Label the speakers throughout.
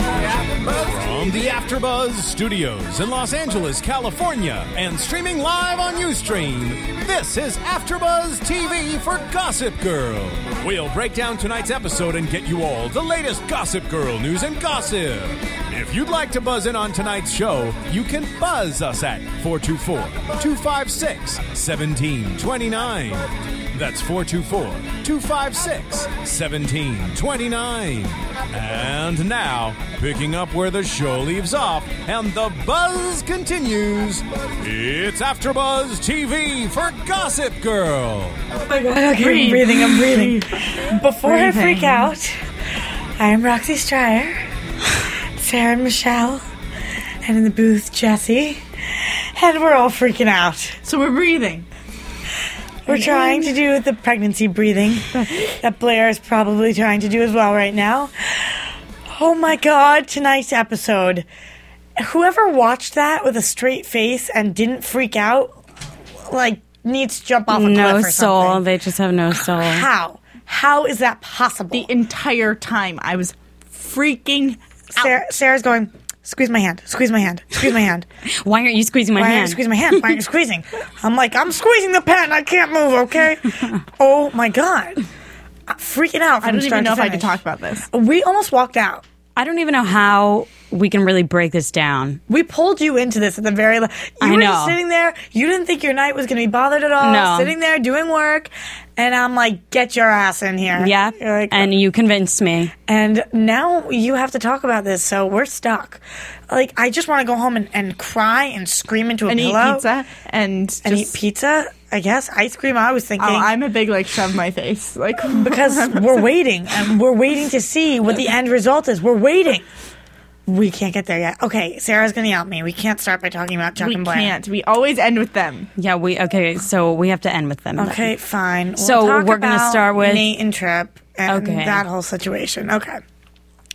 Speaker 1: From the AfterBuzz Studios in Los Angeles, California, and streaming live on UStream, this is AfterBuzz TV for Gossip Girl. We'll break down tonight's episode and get you all the latest Gossip Girl news and gossip. If you'd like to buzz in on tonight's show, you can buzz us at 424-256-1729. That's 424-256-1729. And now, picking up where the show leaves off and the buzz continues, it's AfterBuzz TV for Gossip Girl.
Speaker 2: Okay, I'm breathing, I'm breathing. Before I freak out, I am Roxy Stryer, Sarah and Michelle, and in the booth, Jesse. And we're all freaking out.
Speaker 3: So we're breathing.
Speaker 2: We're trying to do the pregnancy breathing that Blair is probably trying to do as well right now. Oh my god, tonight's episode. Whoever watched that with a straight face and didn't freak out, like, needs to jump off a
Speaker 4: no
Speaker 2: cliff or
Speaker 4: soul.
Speaker 2: something.
Speaker 4: They just have no soul.
Speaker 2: How? How is that possible?
Speaker 3: The entire time I was freaking out.
Speaker 2: Sarah, Sarah's going, squeeze my hand, squeeze my hand, squeeze my hand.
Speaker 4: Why aren't you squeezing my
Speaker 2: Why aren't you
Speaker 4: hand?
Speaker 2: squeezing my hand? Why aren't you squeezing? I'm like, I'm squeezing the pen. I can't move, okay? oh my God. I'm freaking out. From
Speaker 3: I don't even
Speaker 2: start
Speaker 3: know
Speaker 2: to
Speaker 3: if I can
Speaker 2: finish.
Speaker 3: talk about this.
Speaker 2: We almost walked out.
Speaker 4: I don't even know how we can really break this down.
Speaker 2: We pulled you into this at the very last. You
Speaker 4: I
Speaker 2: were
Speaker 4: know.
Speaker 2: just sitting there. You didn't think your night was going to be bothered at all.
Speaker 4: No.
Speaker 2: Sitting there doing work. And I'm like, get your ass in here.
Speaker 4: Yeah.
Speaker 2: You're like, uh,
Speaker 4: and you convinced me.
Speaker 2: And now you have to talk about this, so we're stuck. Like, I just want to go home and, and cry and scream into a
Speaker 3: And eat
Speaker 2: pillow
Speaker 3: pizza and
Speaker 2: and
Speaker 3: just-
Speaker 2: eat pizza. I guess ice cream. I was thinking
Speaker 3: Oh, I'm a big like shove my face like
Speaker 2: because we're waiting and we're waiting to see what the end result is. We're waiting. We can't get there yet. Okay, Sarah's gonna yell at me. We can't start by talking about Chuck
Speaker 3: we
Speaker 2: and Blair.
Speaker 3: can't. We always end with them.
Speaker 4: Yeah, we okay, so we have to end with them. then.
Speaker 2: Okay, fine. We'll
Speaker 4: So
Speaker 2: talk
Speaker 4: we're gonna
Speaker 2: about
Speaker 4: start with-
Speaker 2: Nate and Trip and
Speaker 4: Okay.
Speaker 2: that whole situation. Okay.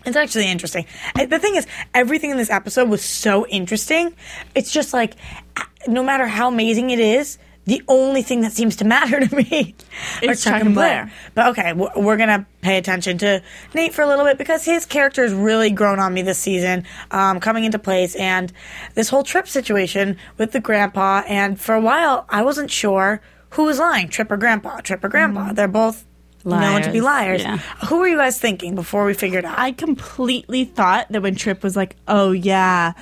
Speaker 2: It's actually interesting. Uh, The thing is, everything in this episode was so interesting. It's just like, uh, no matter how amazing it is, the only thing that seems to matter to me are
Speaker 3: It's Chuck and Blair.
Speaker 2: But okay, we're, we're gonna pay attention to Nate for a little bit because his character has really grown on me this season, um, coming into place, and this whole trip situation with the grandpa. And for a while, I wasn't sure who was lying, Trip or Grandpa. Trip or
Speaker 3: Mm-hmm.
Speaker 2: Grandpa. They're both known to be
Speaker 4: Liars,
Speaker 2: liars.
Speaker 4: yeah.
Speaker 2: Who were you guys thinking before we figured out?
Speaker 3: I completely thought that when Trip was like, "Oh yeah,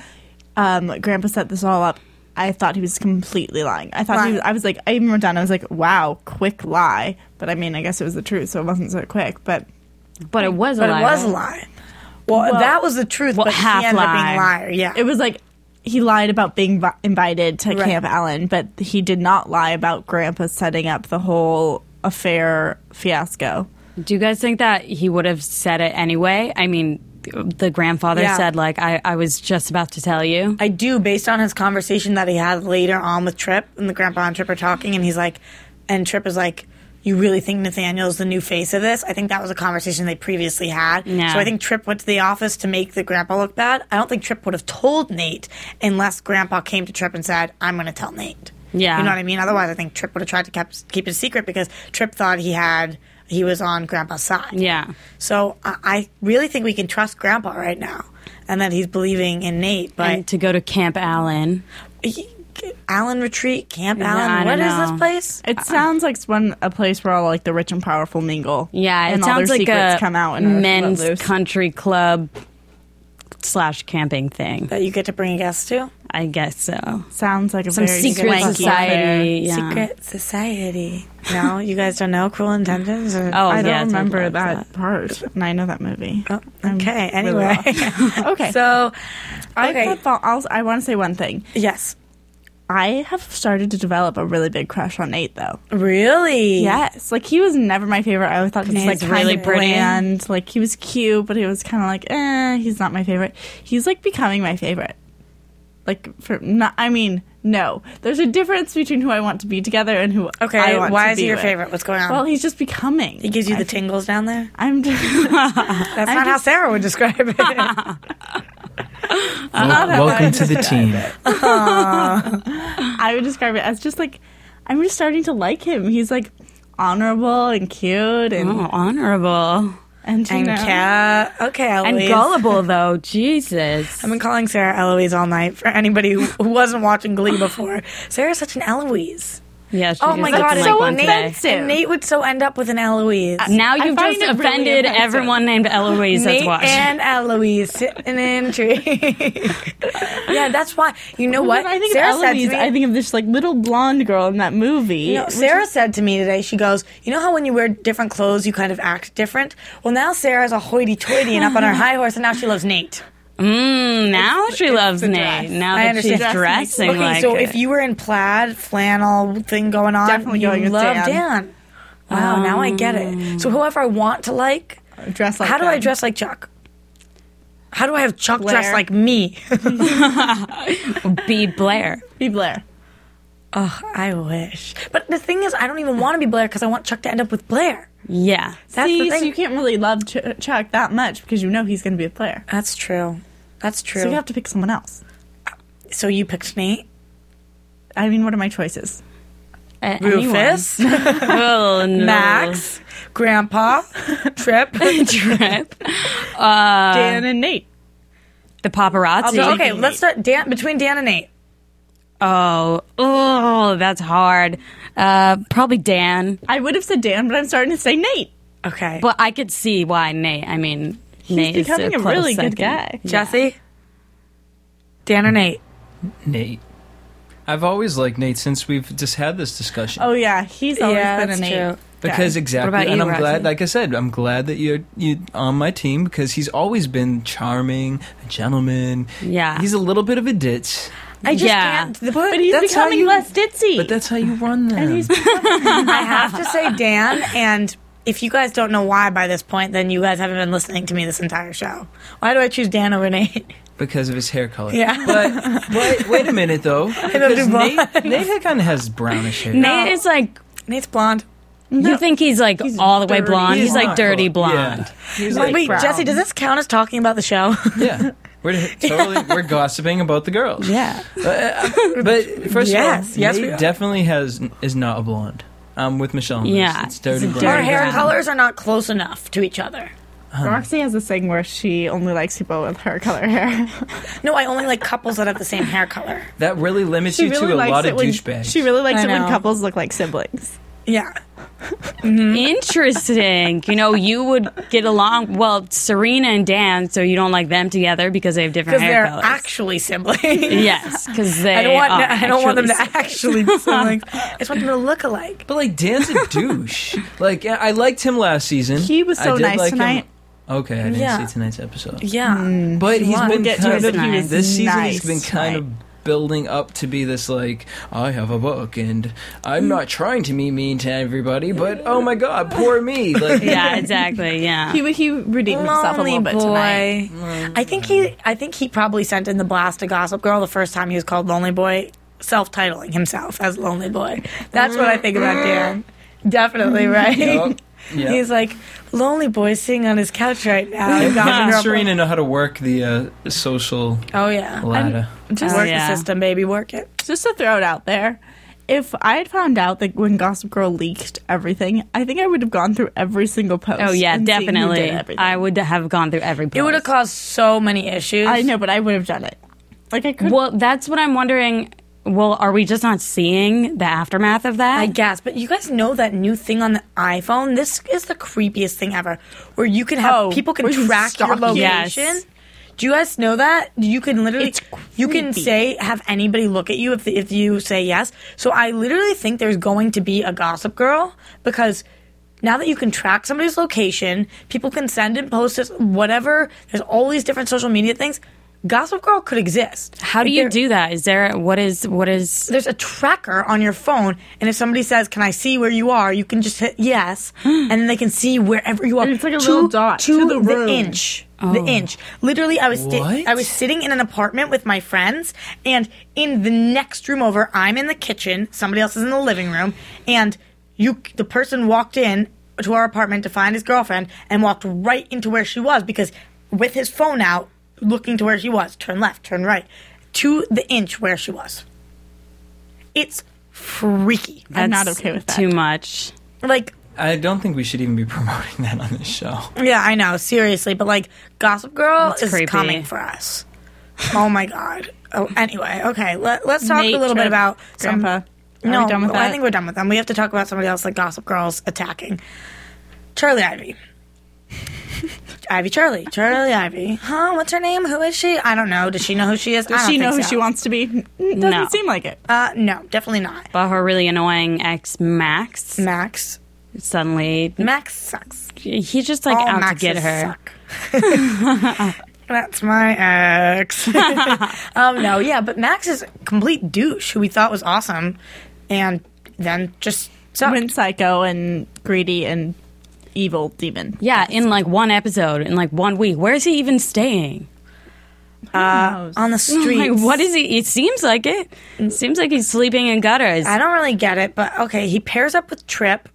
Speaker 3: um, Grandpa set this all up," I thought he was completely lying. I thought
Speaker 2: Right.
Speaker 3: he was, I was like, I even wrote down, I was like, "Wow, quick lie." But I mean, I guess it was the truth, so it wasn't so quick. But
Speaker 4: But it was a
Speaker 2: but
Speaker 4: lie.
Speaker 2: it was a lie. Well, that was the truth,
Speaker 4: well,
Speaker 2: but he
Speaker 4: half
Speaker 2: ended up being a
Speaker 4: lie.
Speaker 2: liar. Yeah.
Speaker 3: it was like he lied about being vi- invited to
Speaker 2: Right.
Speaker 3: Camp Allen, but he did not lie about Grandpa setting up the whole affair fiasco.
Speaker 4: Do you guys think that he would have said it anyway? I mean, the grandfather
Speaker 2: Yeah.
Speaker 4: said like I, I was just about to tell you.
Speaker 2: I do, based on his conversation that he had later on with Trip, and the grandpa and Trip are talking, and he's like, and Trip is like, you really think Nathaniel's the new face of this? I think that was a conversation they previously had.
Speaker 4: Yeah.
Speaker 2: So I think Trip went to the office to make the grandpa look bad. I don't think Trip would have told Nate unless grandpa came to Trip and said, I'm going to tell Nate.
Speaker 4: Yeah.
Speaker 2: You know what I mean? Otherwise, I think Trip would have tried to kept, keep it a secret because Trip thought he had, he was on grandpa's side.
Speaker 4: yeah.
Speaker 2: So I, I really think we can trust grandpa right now and that he's believing in Nate. But
Speaker 4: And to go to Camp Allen.
Speaker 2: he, Allen Retreat, Camp
Speaker 4: Yeah, I
Speaker 2: Allen.
Speaker 4: don't
Speaker 2: What is this
Speaker 4: know.
Speaker 2: place?
Speaker 3: It
Speaker 4: Uh-uh.
Speaker 3: sounds like it's one a place where all like the rich and powerful mingle.
Speaker 4: Yeah, it
Speaker 3: and all
Speaker 4: sounds
Speaker 3: their
Speaker 4: like
Speaker 3: secrets
Speaker 4: a
Speaker 3: come out and are let
Speaker 4: men's
Speaker 3: loose.
Speaker 4: country club slash camping thing.
Speaker 2: That you get to bring a guest to?
Speaker 4: I guess so.
Speaker 3: sounds like a
Speaker 4: Some
Speaker 3: very
Speaker 4: secret
Speaker 2: swanky
Speaker 4: society. Yeah.
Speaker 2: Secret Society. No, you guys don't know Cruel Intentions? Or-
Speaker 4: Oh,
Speaker 3: I don't
Speaker 4: yeah, it's
Speaker 3: remember
Speaker 4: like Uh,
Speaker 3: that, part, and I know that movie.
Speaker 2: Oh, okay.
Speaker 3: I'm really
Speaker 2: Anyway,
Speaker 3: off. okay. So
Speaker 2: so
Speaker 3: I,
Speaker 2: okay,
Speaker 3: could fall- I'll- I want to say one thing.
Speaker 2: yes,
Speaker 3: I have started to develop a really big crush on Nate, though.
Speaker 2: really,
Speaker 3: Yes, like he was never my favorite. I always thought he was like
Speaker 4: He's really
Speaker 3: really
Speaker 4: pretty.
Speaker 3: bland. Like he was cute, but he was kind of like, eh, he's not my favorite. He's like becoming my favorite. Like for not, I mean, No, there's a difference between who I want to be together and who
Speaker 2: Okay,
Speaker 3: I want
Speaker 2: why
Speaker 3: to
Speaker 2: is
Speaker 3: be
Speaker 2: he your
Speaker 3: with.
Speaker 2: favorite? What's going on?
Speaker 3: Well, he's just becoming.
Speaker 2: He gives you the tingles down there.
Speaker 3: I'm just,
Speaker 2: That's not how Sarah would describe it.
Speaker 5: Wel- welcome to the team.
Speaker 3: I would describe it as just like I'm just starting to like him. He's like honorable and cute and
Speaker 4: Oh, honorable.
Speaker 3: and, you
Speaker 2: Mm. and
Speaker 3: know,
Speaker 2: cat. Okay,
Speaker 4: And
Speaker 2: Eloise.
Speaker 4: gullible, though. Jesus.
Speaker 2: I've been calling Sarah Eloise all night for anybody who who wasn't watching Glee before. Sarah's such an Eloise.
Speaker 4: Yeah, she
Speaker 2: Oh
Speaker 4: just
Speaker 2: my
Speaker 4: looks
Speaker 2: god,
Speaker 4: like
Speaker 2: and so
Speaker 4: one
Speaker 2: Nate,
Speaker 4: today. Uh,
Speaker 3: offensive.
Speaker 2: and Nate would so end up with an Eloise.
Speaker 4: Now
Speaker 3: I
Speaker 4: you've
Speaker 3: find
Speaker 4: just
Speaker 3: it really
Speaker 4: offended
Speaker 3: offensive.
Speaker 4: everyone named Eloise
Speaker 2: Nate
Speaker 4: that's watching.
Speaker 2: and Eloise sitting in a tree. yeah, that's why. You know
Speaker 3: When
Speaker 2: what?
Speaker 3: I think
Speaker 2: Sarah
Speaker 3: of
Speaker 2: said to
Speaker 3: Eloise,
Speaker 2: me-
Speaker 3: I think of this like little blonde girl in that movie.
Speaker 2: You know,
Speaker 3: which
Speaker 2: Sarah said to me today, she goes, You know how when you wear different clothes, you kind of act different? Well, now Sarah's a hoity toity and up on her high horse, and now she loves Nate.
Speaker 4: Mm, now she loves
Speaker 3: the
Speaker 4: Nate.
Speaker 3: dress.
Speaker 4: Now
Speaker 2: I
Speaker 4: that
Speaker 2: understand.
Speaker 4: she's
Speaker 2: Dress
Speaker 3: makes-
Speaker 4: dressing
Speaker 2: Okay,
Speaker 4: like
Speaker 2: so
Speaker 4: it.
Speaker 2: if you were in plaid, flannel thing going on,
Speaker 3: Definitely
Speaker 2: you
Speaker 3: going with
Speaker 2: love
Speaker 3: Dan. Um,
Speaker 2: Wow, now I get it. So, whoever I want to like,
Speaker 3: dress like
Speaker 2: how do I
Speaker 3: them.
Speaker 2: dress like Chuck? How do I have Chuck
Speaker 3: Blair.
Speaker 2: dress like me?
Speaker 4: be Blair.
Speaker 3: Be Blair.
Speaker 2: I wish. But the thing is, I don't even want to be Blair because I want Chuck to end up with Blair.
Speaker 4: Yeah.
Speaker 2: That's
Speaker 3: See,
Speaker 2: the
Speaker 3: so
Speaker 2: thing.
Speaker 3: you can't really love Ch- Chuck that much because you know he's going to be a player.
Speaker 2: That's true. That's true.
Speaker 3: So you have to pick someone else.
Speaker 2: so you picked Nate.
Speaker 3: I mean, what are my choices?
Speaker 4: A- anyone.
Speaker 2: Rufus,
Speaker 4: Oh, no.
Speaker 2: Max, Grandpa, Trip.
Speaker 4: Trip.
Speaker 3: Dan and Nate.
Speaker 4: The paparazzi.
Speaker 2: So, okay, let's start Dan between Dan and Nate.
Speaker 4: Oh, oh, that's hard. Uh, probably Dan,
Speaker 3: I would have said Dan, but I'm starting to say Nate.
Speaker 2: Okay.
Speaker 4: but I could see why Nate. I mean, Nate
Speaker 3: He's
Speaker 4: is
Speaker 3: becoming a,
Speaker 4: close
Speaker 3: really
Speaker 4: second.
Speaker 3: good guy.
Speaker 2: Jesse, Dan or Nate?
Speaker 5: Nate. I've always liked Nate since we've just had this discussion.
Speaker 3: Oh yeah, he's always been a Nate.
Speaker 5: because exactly,
Speaker 4: about
Speaker 5: and
Speaker 4: you,
Speaker 5: I'm
Speaker 4: Roxy?
Speaker 5: glad. Like I said, I'm glad that you're you on my team because he's always been charming, a gentleman.
Speaker 4: Yeah.
Speaker 5: he's a little bit of a ditz,
Speaker 2: I just
Speaker 4: Yeah.
Speaker 2: can't. The, but
Speaker 3: But he's
Speaker 5: That's how
Speaker 3: becoming
Speaker 5: you-
Speaker 3: less ditzy.
Speaker 5: but that's how you run them.
Speaker 3: he's-
Speaker 2: I have to say Dan, and if you guys don't know why by this point, then you guys haven't been listening to me this entire show. Why do I choose Dan over Nate?
Speaker 5: because of his hair color.
Speaker 2: Yeah.
Speaker 5: but wait, wait a minute though, because
Speaker 2: blonde.
Speaker 5: Nate, Nate kind of has brownish hair.
Speaker 4: Nate is like,
Speaker 2: Nate's blonde.
Speaker 4: you think he's like all the way
Speaker 3: dirty.
Speaker 4: blonde. He's, like
Speaker 5: not
Speaker 4: dirty
Speaker 5: color-
Speaker 4: blonde.
Speaker 5: Yeah. He's like,
Speaker 2: Wait, Jesse, does this count as talking about the show?
Speaker 5: yeah. We're totally we're gossiping about the girls. Uh,
Speaker 3: yeah.
Speaker 5: But first
Speaker 2: Yes,
Speaker 5: of all,
Speaker 2: yes, we
Speaker 5: Nate
Speaker 2: are.
Speaker 5: definitely has is not a blonde. I'm with Michelle. On
Speaker 4: Yeah,
Speaker 5: this. it's dirty
Speaker 4: it's a
Speaker 5: blonde.
Speaker 2: Our
Speaker 4: dirty
Speaker 2: hair
Speaker 4: Brown.
Speaker 2: colors are not close enough to each other.
Speaker 3: Roxy has this thing where she only likes people with her color hair.
Speaker 2: No, I only like couples that have the same hair color.
Speaker 5: That really limits you to a lot of
Speaker 3: when
Speaker 5: douchebags.
Speaker 3: she really likes
Speaker 2: I
Speaker 3: it when
Speaker 2: know.
Speaker 3: couples look like siblings.
Speaker 2: Yeah.
Speaker 4: Interesting. you know, you would get along. Well, Serena and Dan, so you don't like them together because they have different
Speaker 2: Because
Speaker 4: hair
Speaker 2: they're
Speaker 4: colors.
Speaker 2: actually siblings.
Speaker 4: yes, because they.
Speaker 2: I don't want.
Speaker 4: are
Speaker 2: I don't want them to
Speaker 4: actually-
Speaker 2: actually be siblings. I just want them to look alike.
Speaker 5: but like Dan's a douche. like I I liked him last season.
Speaker 3: He was
Speaker 5: I
Speaker 3: so
Speaker 5: did
Speaker 3: nice
Speaker 5: like him-
Speaker 3: tonight.
Speaker 5: Okay, I didn't
Speaker 2: Yeah.
Speaker 5: see tonight's episode.
Speaker 2: Yeah.
Speaker 5: But he's
Speaker 2: was.
Speaker 5: been
Speaker 3: We'll get to
Speaker 5: kind
Speaker 3: it,
Speaker 5: of
Speaker 3: but he was
Speaker 5: this season.
Speaker 3: nice
Speaker 5: he's been kind of building up to be this like I have a book and I'm not trying to be mean to everybody, but oh my god, poor me. Like
Speaker 4: Yeah, exactly. Yeah.
Speaker 3: He he redeemed himself a
Speaker 2: Lonely
Speaker 3: little bit tonight. Mm.
Speaker 2: boy. I think he. I think he probably sent in the blast to Gossip Girl the first time he was called Lonely Boy, self-titling himself as Lonely Boy. That's what I think
Speaker 3: Mm.
Speaker 2: about Dan. Definitely right.
Speaker 5: Yup, yup.
Speaker 2: He's like lonely boy sitting on his couch right now. in Gossip
Speaker 5: Him and
Speaker 2: Girl.
Speaker 5: Serena know how to work the uh, social
Speaker 2: Oh yeah.
Speaker 5: ladder.
Speaker 3: Just,
Speaker 2: Work
Speaker 4: yeah.
Speaker 2: the system, baby. Work it.
Speaker 3: just to throw it out there, if I had found out that when Gossip Girl leaked everything, I think I would have gone through every single post.
Speaker 4: Oh yeah,
Speaker 3: and seen who did
Speaker 4: definitely.
Speaker 3: everything.
Speaker 4: I would have gone through every. Post.
Speaker 2: It would have caused so many issues.
Speaker 3: I know, but I would have done it. Like I could.
Speaker 4: Well, that's what I'm wondering. Well, are we just not seeing the aftermath of that?
Speaker 2: I guess, but you guys know that new thing on the iPhone? This is the creepiest thing ever, where you can have
Speaker 3: Oh,
Speaker 2: people can
Speaker 3: where you
Speaker 2: track your
Speaker 3: stalk you.
Speaker 2: location.
Speaker 4: Yes.
Speaker 2: Do you guys know that you can literally
Speaker 3: It's
Speaker 2: you can
Speaker 3: creepy.
Speaker 2: say have anybody look at you if if you say yes? So I literally think there's going to be a Gossip Girl because now that you can track somebody's location, people can send and post this, whatever. There's all these different social media things.
Speaker 6: Gossip Girl could exist.
Speaker 4: How do
Speaker 6: Like,
Speaker 4: you
Speaker 6: there-
Speaker 4: do that? Is there what is what is
Speaker 2: there's a tracker on your phone, and if somebody says, "Can I see where you are?" you can just hit yes, and then they can see wherever you are.
Speaker 3: It's like a little dot
Speaker 2: to,
Speaker 3: to the room.
Speaker 2: inch, the inch. Literally, I was sti-
Speaker 5: What?
Speaker 2: I was sitting in an apartment with my friends, and in the next room over, I'm in the kitchen, somebody else is in the living room, and you, the person walked in to our apartment to find his girlfriend, and walked right into where she was because with his phone out, looking to where she was, turn left, turn right, to the inch where she was. It's freaky.
Speaker 3: I'm not
Speaker 4: that's
Speaker 3: okay with that.
Speaker 4: too much?
Speaker 2: Like,
Speaker 5: I don't think we should even be promoting that on this show.
Speaker 2: yeah, I know, seriously, but like, Gossip Girl
Speaker 4: That's
Speaker 2: is
Speaker 4: creepy.
Speaker 2: coming for us. Oh my god. Oh, anyway, okay. Let, let's talk
Speaker 3: Nate
Speaker 2: a little bit
Speaker 3: Tripp,
Speaker 2: about some-
Speaker 3: Grandpa. Are
Speaker 2: no,
Speaker 3: we done with
Speaker 2: well, I
Speaker 3: that?
Speaker 2: think we're done with them. We have to talk about somebody else like Gossip Girls attacking Charlie Ivy. Ivy Charlie, Charlie Ivy. Huh? What's her name? Who is she? I don't know. Does she know who she is? I
Speaker 3: Does
Speaker 2: don't
Speaker 3: she know
Speaker 2: think
Speaker 3: who
Speaker 2: so.
Speaker 3: she wants to be? N- Doesn't
Speaker 4: No.
Speaker 3: seem like it.
Speaker 2: Uh, no, definitely not.
Speaker 4: But her really annoying ex Max
Speaker 2: Max.
Speaker 4: suddenly
Speaker 2: Max sucks.
Speaker 4: he's just like
Speaker 2: All
Speaker 4: out to
Speaker 2: Maxes
Speaker 4: get her.
Speaker 2: suck. That's my ex. um, no, yeah, but Max is a complete douche who we thought was awesome, and then just sucked.
Speaker 3: Went psycho and greedy and evil demon.
Speaker 4: Yeah, in like one episode, in like one week. Where is he even staying?
Speaker 2: on the street.
Speaker 4: Like, what is he? It seems like it.
Speaker 3: Mm.
Speaker 4: Seems like he's sleeping in gutters.
Speaker 2: I don't really get it, but okay, he pairs up with Trip.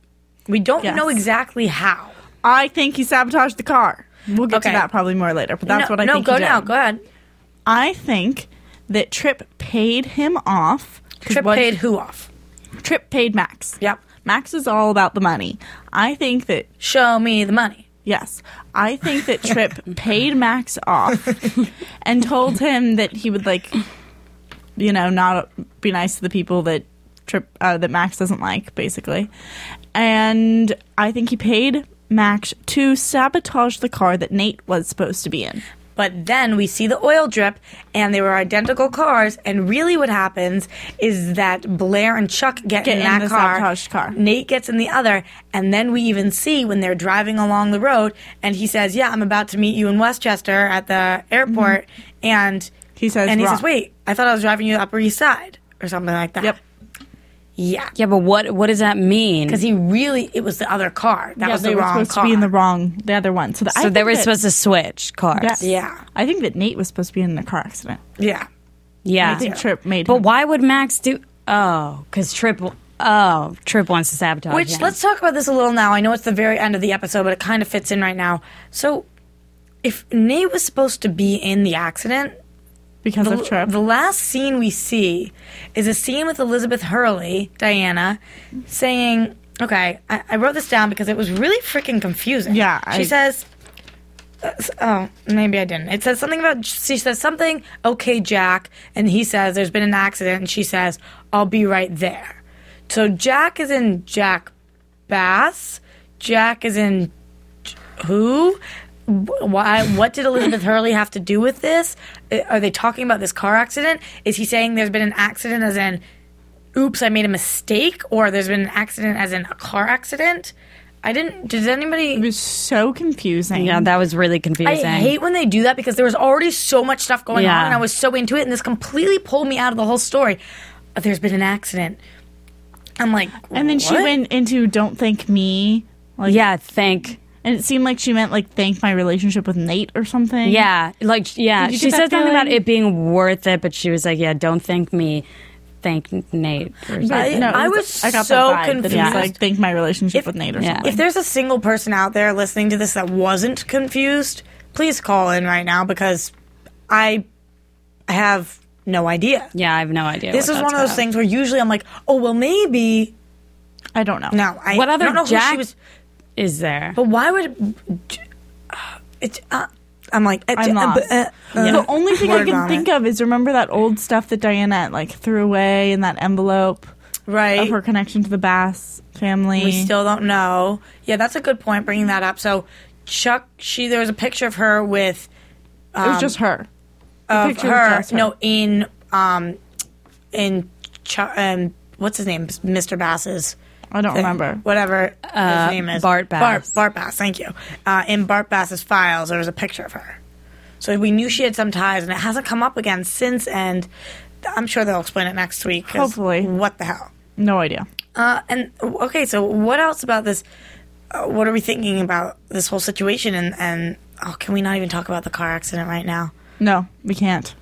Speaker 2: We don't
Speaker 3: Yes.
Speaker 2: know exactly how.
Speaker 3: I think he sabotaged the car. We'll get
Speaker 2: Okay.
Speaker 3: to that probably more later, but that's
Speaker 2: no,
Speaker 3: what I
Speaker 2: no,
Speaker 3: think.
Speaker 2: go
Speaker 3: he did.
Speaker 2: now. Go ahead.
Speaker 3: I think that Trip paid him off. 'cause
Speaker 2: Trip
Speaker 3: what-
Speaker 2: paid who off?
Speaker 3: Trip paid Max.
Speaker 2: Yep.
Speaker 3: Max is all about the money. I think that
Speaker 2: Show me the money.
Speaker 3: Yes. I think that Trip paid Max off and told him that he would like you know, not be nice to the people that Trip uh, that Max doesn't like basically. And I think he paid Max to sabotage the car that Nate was supposed to be in.
Speaker 2: But then we see the oil drip, and they were identical cars. And really, what happens is that Blair and Chuck get,
Speaker 3: Get
Speaker 2: in
Speaker 3: in
Speaker 2: that
Speaker 3: the
Speaker 2: car,
Speaker 3: sabotaged car.
Speaker 2: Nate gets in the other, and then we even see when they're driving along the road, and he says, "Yeah, I'm about to meet you in Westchester at the airport." And
Speaker 3: Mm-hmm. He says
Speaker 2: and he
Speaker 3: wrong.
Speaker 2: says, "Wait, I thought I was driving you to the Upper East Side or something like that."
Speaker 3: Yep.
Speaker 2: Yeah,
Speaker 4: yeah, but what what does that mean?
Speaker 2: because he really it was the other car that
Speaker 3: Yeah,
Speaker 2: was
Speaker 3: they
Speaker 2: the
Speaker 3: were
Speaker 2: wrong
Speaker 3: supposed
Speaker 2: car.
Speaker 3: to be in the wrong the other one. So, that, I
Speaker 4: so they
Speaker 3: think
Speaker 4: were
Speaker 3: that-
Speaker 4: supposed to switch cars.
Speaker 3: Yes.
Speaker 2: Yeah.
Speaker 3: I think that Nate was supposed to be in a car accident.
Speaker 2: yeah.
Speaker 4: Yeah.
Speaker 3: I think Trip made
Speaker 4: But
Speaker 3: him-
Speaker 4: why would Max do? Oh, because Trip. Oh, Trip wants to sabotage.
Speaker 2: Which
Speaker 4: him.
Speaker 2: let's talk about this a little now. I know it's the very end of the episode, but it kind of fits in right now. So, if Nate was supposed to be in the accident,
Speaker 3: because
Speaker 2: the,
Speaker 3: of Trip.
Speaker 2: the last scene we see is a scene with Elizabeth Hurley, Diana, saying, "Okay, I, I wrote this down because it was really freaking confusing."
Speaker 3: Yeah,
Speaker 2: she
Speaker 3: I-
Speaker 2: says. uh, s- Oh, maybe I didn't. It says something about she says something. Okay, Jack, and he says there's been an accident, and she says I'll be right there. So Jack is in Jack Bass. Jack is in J- who? Wh- Why? What did Elizabeth Hurley have to do with this? Uh, Are they talking about this car accident? Is he saying there's been an accident as in, oops, I made a mistake, or there's been an accident as in a car accident? I didn't. Did
Speaker 3: it
Speaker 2: anybody?
Speaker 3: was so confusing.
Speaker 4: yeah, that was really
Speaker 2: I
Speaker 4: confusing.
Speaker 2: hate when they do that because there was already so much stuff going
Speaker 4: Yeah.
Speaker 2: on, and I was so into it, and this completely pulled me out of the whole story. Uh, There's been an accident. I'm like,
Speaker 3: And then she
Speaker 2: "What?"
Speaker 3: went into "Don't thank me," like,
Speaker 4: yeah, thank.
Speaker 3: and it seemed like she meant like thank my relationship with Nate or something.
Speaker 4: Yeah, like yeah,
Speaker 3: Did you
Speaker 4: she
Speaker 3: get that
Speaker 4: said something about
Speaker 3: feeling?
Speaker 4: it being worth it, but she was like, yeah, don't thank me, thank Nate. or something.
Speaker 2: I-
Speaker 3: no, it
Speaker 2: I was so
Speaker 3: that vibe that it was
Speaker 2: confused.
Speaker 3: like thank my relationship
Speaker 2: If-
Speaker 3: with Nate or
Speaker 4: yeah.
Speaker 3: something.
Speaker 2: If there's a single person out there listening to this that wasn't confused, please call in right now because I have no idea.
Speaker 4: Yeah, I have no idea.
Speaker 2: This
Speaker 4: what
Speaker 2: is
Speaker 4: that's
Speaker 2: one of those
Speaker 4: about.
Speaker 2: things where usually I'm like, oh well, maybe
Speaker 3: I don't know.
Speaker 2: no. I,
Speaker 4: What
Speaker 2: I
Speaker 4: other
Speaker 2: don't know who
Speaker 4: Jack-
Speaker 2: she was,
Speaker 4: Is there?
Speaker 2: but why would it? Uh, I'm like, uh,
Speaker 3: I'm
Speaker 2: uh,
Speaker 3: lost.
Speaker 2: uh, uh,
Speaker 3: The only thing I
Speaker 2: word
Speaker 3: can
Speaker 2: vomit.
Speaker 3: think of is remember that old stuff that Diana like threw away in that envelope
Speaker 2: right.
Speaker 3: of her connection to the Bass family.
Speaker 2: We still don't know. Yeah, that's a good point. Bringing that up. So Chuck, she there was a picture of her with
Speaker 3: it was just her. The
Speaker 2: of
Speaker 3: picture
Speaker 2: her,
Speaker 3: was just her.
Speaker 2: No, in um, in Ch- um, what's his name, Mr. Bass's.
Speaker 3: I don't
Speaker 2: thing.
Speaker 3: remember.
Speaker 2: whatever his name is.
Speaker 4: Bart Bass.
Speaker 2: Uh, Bart, Bart Bass. Thank you. Uh, in Bart Bass's files, there was a picture of her. So we knew she had some ties, and it hasn't come up again since. And I'm sure they'll explain it next week. 'cause
Speaker 3: Hopefully.
Speaker 2: What the hell?
Speaker 3: No idea.
Speaker 2: Uh, and okay, so what else about this? Uh, what are we thinking about this whole situation? And and oh, can we not even talk about the car accident right now?
Speaker 3: No, we can't.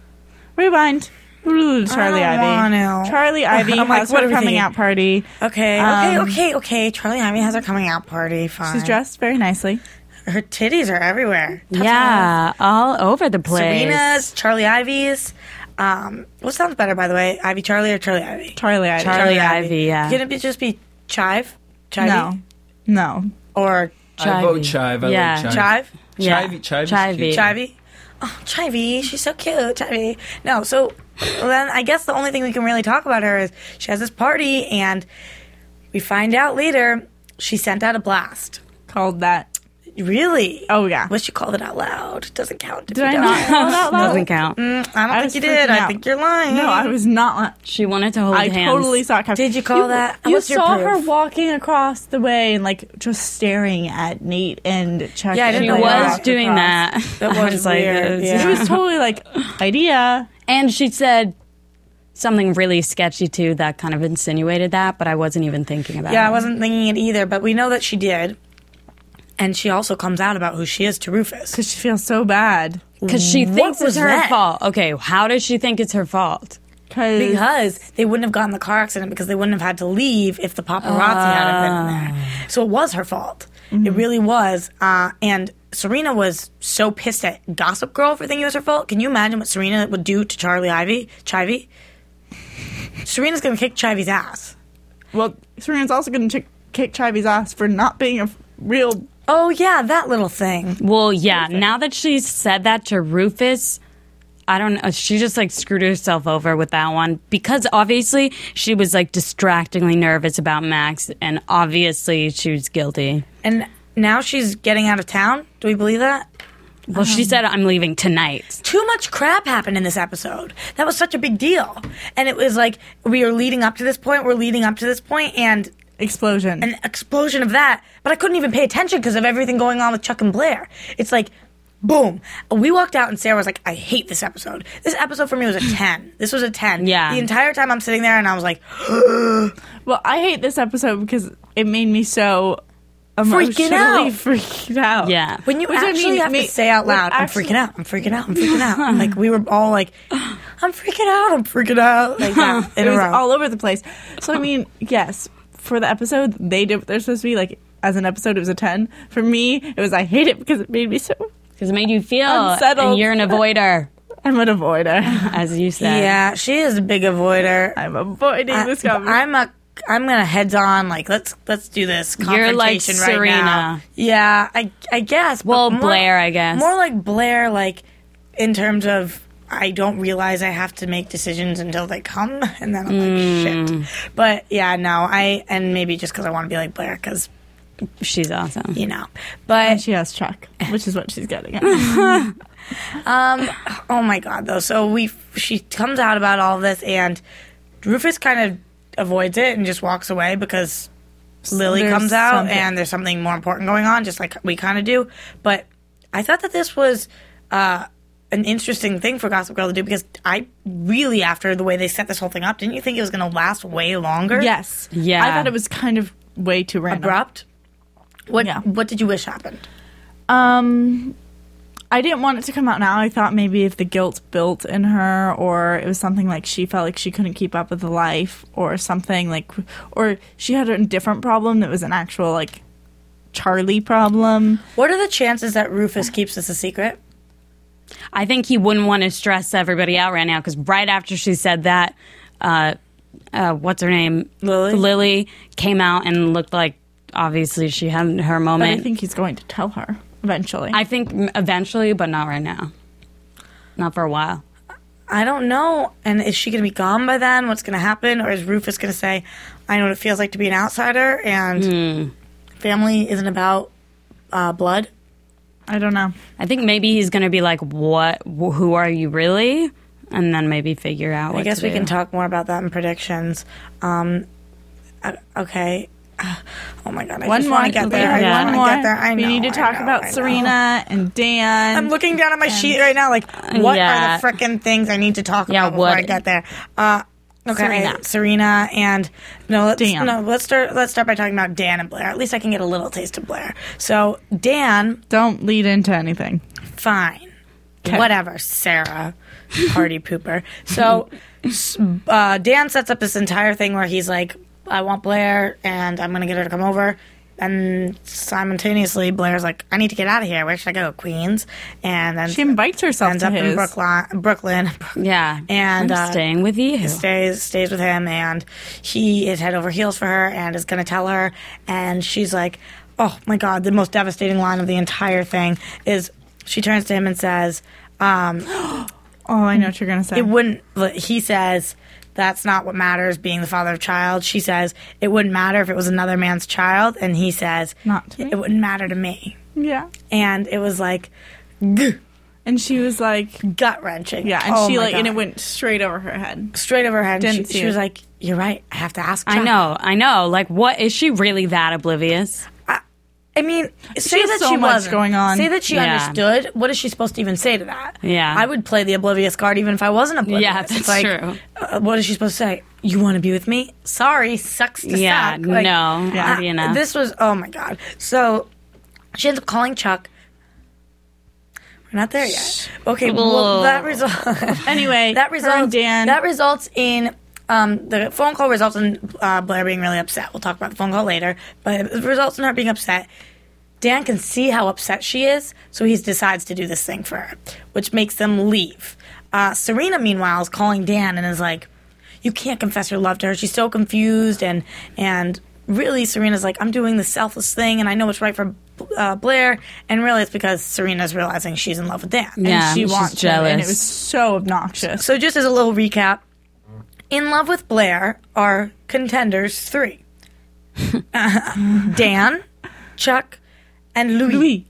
Speaker 3: Rewind. Ooh, Charlie
Speaker 2: I don't want
Speaker 3: Ivy.
Speaker 2: to.
Speaker 3: Charlie Ivy
Speaker 2: I'm like,
Speaker 3: has
Speaker 2: what are
Speaker 3: her
Speaker 2: we
Speaker 3: coming
Speaker 2: thinking?
Speaker 3: out party.
Speaker 2: Okay, okay,
Speaker 3: Um,
Speaker 2: okay, okay. Charlie Ivy has her coming out party. Fine.
Speaker 3: She's dressed very nicely.
Speaker 2: Her titties are everywhere.
Speaker 4: Yeah, all over the place.
Speaker 2: Serena's, Charlie Ivy's. Um, what sounds better, by the way, Ivy Charlie or Charlie Ivy?
Speaker 3: Charlie Ivy.
Speaker 4: Charlie Ivy, yeah.
Speaker 2: Can it be, just be Chive? Chive?
Speaker 3: No, no.
Speaker 2: Or
Speaker 5: I vote chive. I
Speaker 4: Yeah.
Speaker 5: like chive.
Speaker 2: Chive?
Speaker 4: Yeah.
Speaker 5: Chivey- Chivey's
Speaker 4: Chivey.
Speaker 5: cute.
Speaker 2: Chivey? Oh, Chivey. She's so cute, Chivey. No, so then I guess the only thing we can really talk about her is she has this party, and we find out later she sent out a blast.
Speaker 3: Called that.
Speaker 2: Really?
Speaker 3: Oh, yeah.
Speaker 2: Wish you called it out loud. Doesn't count. if
Speaker 3: Did
Speaker 2: you
Speaker 3: I
Speaker 2: don't. Mm,
Speaker 3: not call it out loud?
Speaker 4: Doesn't count.
Speaker 2: I don't
Speaker 3: I was
Speaker 2: think you did.
Speaker 3: freaking
Speaker 2: I
Speaker 3: out.
Speaker 2: think you're lying.
Speaker 3: No, I was not.
Speaker 4: She wanted to hold
Speaker 3: I
Speaker 4: hands.
Speaker 3: totally saw it coming.
Speaker 2: Did you call that?
Speaker 3: You
Speaker 2: What's your
Speaker 3: saw
Speaker 2: proof?
Speaker 3: her walking across the way and like just staring at Nate and Chuck.
Speaker 2: Yeah, I
Speaker 3: and
Speaker 2: didn't
Speaker 4: She
Speaker 2: know
Speaker 3: Blair
Speaker 2: you
Speaker 4: was
Speaker 3: walked
Speaker 4: doing
Speaker 3: across.
Speaker 4: that.
Speaker 2: That
Speaker 4: I
Speaker 2: was weird,
Speaker 4: "This-
Speaker 2: yeah.
Speaker 3: It was totally like idea.
Speaker 4: And she said something really sketchy too that kind of insinuated that, but I wasn't even thinking about it.
Speaker 2: Yeah, I wasn't thinking it either, but we know that she did. And she also comes out about who she is to Rufus.
Speaker 3: She feels so bad
Speaker 4: Because she thinks
Speaker 2: was
Speaker 4: it's her
Speaker 2: that?
Speaker 4: fault. Okay, how does she think it's her fault?
Speaker 3: because
Speaker 2: Because they wouldn't have gotten the car accident because they wouldn't have had to leave if the paparazzi hadn't been in there.
Speaker 3: Ah.
Speaker 2: So it was her fault.
Speaker 3: Mm-hmm.
Speaker 2: It really was. Uh, and Serena was so pissed at Gossip Girl for thinking it was her fault. Can you imagine what Serena would do to Charlie Ivy? Chivy? Serena's going to kick Chivy's ass.
Speaker 3: well, Serena's also going to kick Chivey's ass for not being a f- real.
Speaker 2: Oh, yeah, that little thing.
Speaker 4: Well, yeah, now that she said that to Rufus, I don't know. She just like screwed herself over with that one because obviously she was like distractingly nervous about Max and obviously she was guilty.
Speaker 2: And now she's getting out of town. Do we believe that?
Speaker 4: Well, she
Speaker 2: Oh.
Speaker 4: said, I'm leaving tonight.
Speaker 2: too much crap happened in this episode. That was such a big deal. And it was like we are leading up to this point, we're leading up to this point and
Speaker 3: Explosion.
Speaker 2: an explosion of that, but I couldn't even pay attention because of everything going on with Chuck and Blair. It's like boom. We walked out and Sarah was like, "I hate this episode. This episode for me was a 10. This was a 10."
Speaker 4: Yeah.
Speaker 2: The entire time I'm sitting there and I was like,
Speaker 3: well, I hate this episode because it made me so emotionally
Speaker 2: out.
Speaker 3: freaking out. out.
Speaker 4: Yeah.
Speaker 2: When you
Speaker 3: Which I
Speaker 2: actually
Speaker 3: mean,
Speaker 2: have
Speaker 3: ma-
Speaker 2: to say out
Speaker 3: when
Speaker 2: loud,
Speaker 3: actually-
Speaker 2: I'm freaking out, I'm freaking out, I'm freaking out. like we were all like, I'm freaking out, I'm freaking out. Like that. in
Speaker 3: it
Speaker 2: a
Speaker 3: was
Speaker 2: row.
Speaker 3: all over the place. So I mean, yes, for the episode they did what they're supposed to be like. As an episode, it was a ten. For me, it was I hate it because it made me so.
Speaker 4: Because it made you feel
Speaker 3: Unsettled.
Speaker 4: and you're an avoider,
Speaker 3: I'm an avoider.
Speaker 4: as you said.
Speaker 2: yeah, she is a big avoider.
Speaker 3: I'm avoiding
Speaker 2: I-
Speaker 3: this conversation.
Speaker 2: I'm a. I'm gonna heads on. Like let's let's do this confrontation
Speaker 4: You're like
Speaker 2: right now.
Speaker 4: Serena.
Speaker 2: Yeah, I I guess. but
Speaker 4: Well, Blair, I guess.
Speaker 2: More like Blair, like in terms of I don't realize I have to make decisions until they come, and then I'm like shit. But yeah, no, I and maybe just because I want to be like Blair, because
Speaker 4: She's awesome.
Speaker 2: you know. But
Speaker 3: she has Chuck, which is what she's getting at.
Speaker 2: Oh my god, though. So we she comes out about all this, and Rufus kind of avoids it and just walks away because Lily
Speaker 3: There's
Speaker 2: comes out
Speaker 3: something.
Speaker 2: and there's something more important going on, just like we kind of do. But I thought that this was uh, an interesting thing for Gossip Girl to do because I really, after the way they set this whole thing up, didn't you think it was going to last way longer?
Speaker 3: yes.
Speaker 4: Yeah.
Speaker 3: I thought it was kind of way too random.
Speaker 2: abrupt. What
Speaker 3: Yeah.
Speaker 2: What did you wish happened?
Speaker 3: Um, I didn't want it to come out now. I thought maybe if the guilt built in her, or it was something like she felt like she couldn't keep up with the life, or something like, or she had a different problem that was an actual like Charlie problem.
Speaker 2: What are the chances that Rufus keeps this a secret?
Speaker 4: I think he wouldn't want to stress everybody out right now because right after she said that, uh, uh, what's her name?
Speaker 2: Lily?
Speaker 4: Lily came out and looked like obviously she had her
Speaker 3: But I
Speaker 4: moment.
Speaker 3: think he's going to tell her eventually.
Speaker 4: I think, m eventually, but not right now. Not for a while.
Speaker 2: I don't know. And is she going to be gone by then? What's going to happen? Or is Rufus going to say, I know what it feels like to be an outsider and
Speaker 3: Hmm.
Speaker 2: family isn't about uh, blood?
Speaker 3: I don't know.
Speaker 4: I think maybe he's going to be like, "What? Wh- Who are you really?" And then maybe figure out. What
Speaker 2: I guess
Speaker 4: to
Speaker 2: we
Speaker 4: do.
Speaker 2: can talk more about that in predictions. Um, uh, okay. Oh my god! I
Speaker 3: One
Speaker 2: just
Speaker 3: more.
Speaker 2: want to get there.
Speaker 3: Leah,
Speaker 2: I want
Speaker 3: one more.
Speaker 2: to get there. I know.
Speaker 3: we need to
Speaker 2: I
Speaker 3: talk
Speaker 2: know,
Speaker 3: about
Speaker 2: I know.
Speaker 3: Serena and Dan.
Speaker 2: I'm looking down at my sheet right now. Like, what
Speaker 4: yeah.
Speaker 2: are the frickin' things I need to talk
Speaker 4: Yeah,
Speaker 2: about before I
Speaker 4: what?
Speaker 2: get there? Uh, okay,
Speaker 3: Serena.
Speaker 2: Serena. and no, let's
Speaker 3: Dan.
Speaker 2: no, let's start. Let's start by talking about Dan and Blair. At least I can get a little taste of Blair. So Dan,
Speaker 3: Don't lead into anything.
Speaker 2: fine, whatever. Sarah, party pooper. So s- uh, Dan sets up this entire thing where he's like, "I want Blair, and I'm gonna get her to come over." And simultaneously, Blair's like, "I need to get out of here. Where should I go? Queens?" And then
Speaker 3: She invites herself
Speaker 2: ends
Speaker 3: to
Speaker 2: up
Speaker 3: his.
Speaker 2: in Brooklyn, Brooklyn
Speaker 4: Yeah.
Speaker 2: And,
Speaker 4: I'm
Speaker 2: uh,
Speaker 4: staying with you.
Speaker 2: stays stays with him, and he is head over heels for her, and is going to tell her, and she's like, "Oh my god!" The most devastating line of the entire thing is she turns to him and says, um,
Speaker 3: oh, I know what you're gonna say.
Speaker 2: "It wouldn't." He says. That's not what matters, being the father of a child. She says, it wouldn't matter if it was another man's child. And he says,
Speaker 3: Not to me.
Speaker 2: It wouldn't matter to me.
Speaker 3: yeah.
Speaker 2: And it was like
Speaker 3: And she was like,
Speaker 2: gut wrenching.
Speaker 3: yeah, and
Speaker 2: Oh
Speaker 3: she
Speaker 2: my
Speaker 3: like, and it
Speaker 2: God.
Speaker 3: went straight over her head.
Speaker 2: straight over her head. and
Speaker 3: Didn't
Speaker 2: she,
Speaker 3: see
Speaker 2: she was
Speaker 3: it.
Speaker 2: like, "You're right. I have to ask."
Speaker 4: I
Speaker 2: Chuck."
Speaker 4: know, I know. Like, what is she really that oblivious?
Speaker 2: I mean, say
Speaker 3: has
Speaker 2: that
Speaker 3: so
Speaker 2: she
Speaker 3: much
Speaker 2: wasn't.
Speaker 3: going on.
Speaker 2: Say that she
Speaker 4: Yeah.
Speaker 2: understood. What is she supposed to even say to that?
Speaker 4: Yeah.
Speaker 2: I would play the oblivious card even if I wasn't oblivious.
Speaker 4: Yeah,
Speaker 2: It's
Speaker 4: that's
Speaker 2: like,
Speaker 4: true.
Speaker 2: uh, what is she supposed to say? You want to be with me? Sorry, sucks to
Speaker 4: Yeah,
Speaker 2: suck.
Speaker 4: no,
Speaker 2: ah,
Speaker 4: not enough.
Speaker 2: This was oh my god. So she ends up calling Chuck. We're not there yet. Okay, well that result.
Speaker 3: Anyway,
Speaker 2: that
Speaker 3: her
Speaker 2: results
Speaker 3: and Dan.
Speaker 2: that results in um, the phone call results in uh, Blair being really upset. We'll talk about the phone call later, but it results in her being upset. Dan can see how upset she is, so he decides to do this thing for her, which makes them leave. Uh, Serena, meanwhile, is calling Dan and is like, "You can't confess your love to her. She's so confused." And and really, Serena's like, "I'm doing the selfless thing, and I know what's right for." Uh, Blair, and really, it's because Serena's realizing she's in love with Dan.
Speaker 3: and
Speaker 4: Yeah,
Speaker 3: she
Speaker 4: she's
Speaker 3: wants him, and it
Speaker 4: jealous.
Speaker 3: was so obnoxious.
Speaker 2: So, just as a little recap, in love with Blair are contenders three: Dan, Chuck, and Louis.
Speaker 3: Louis,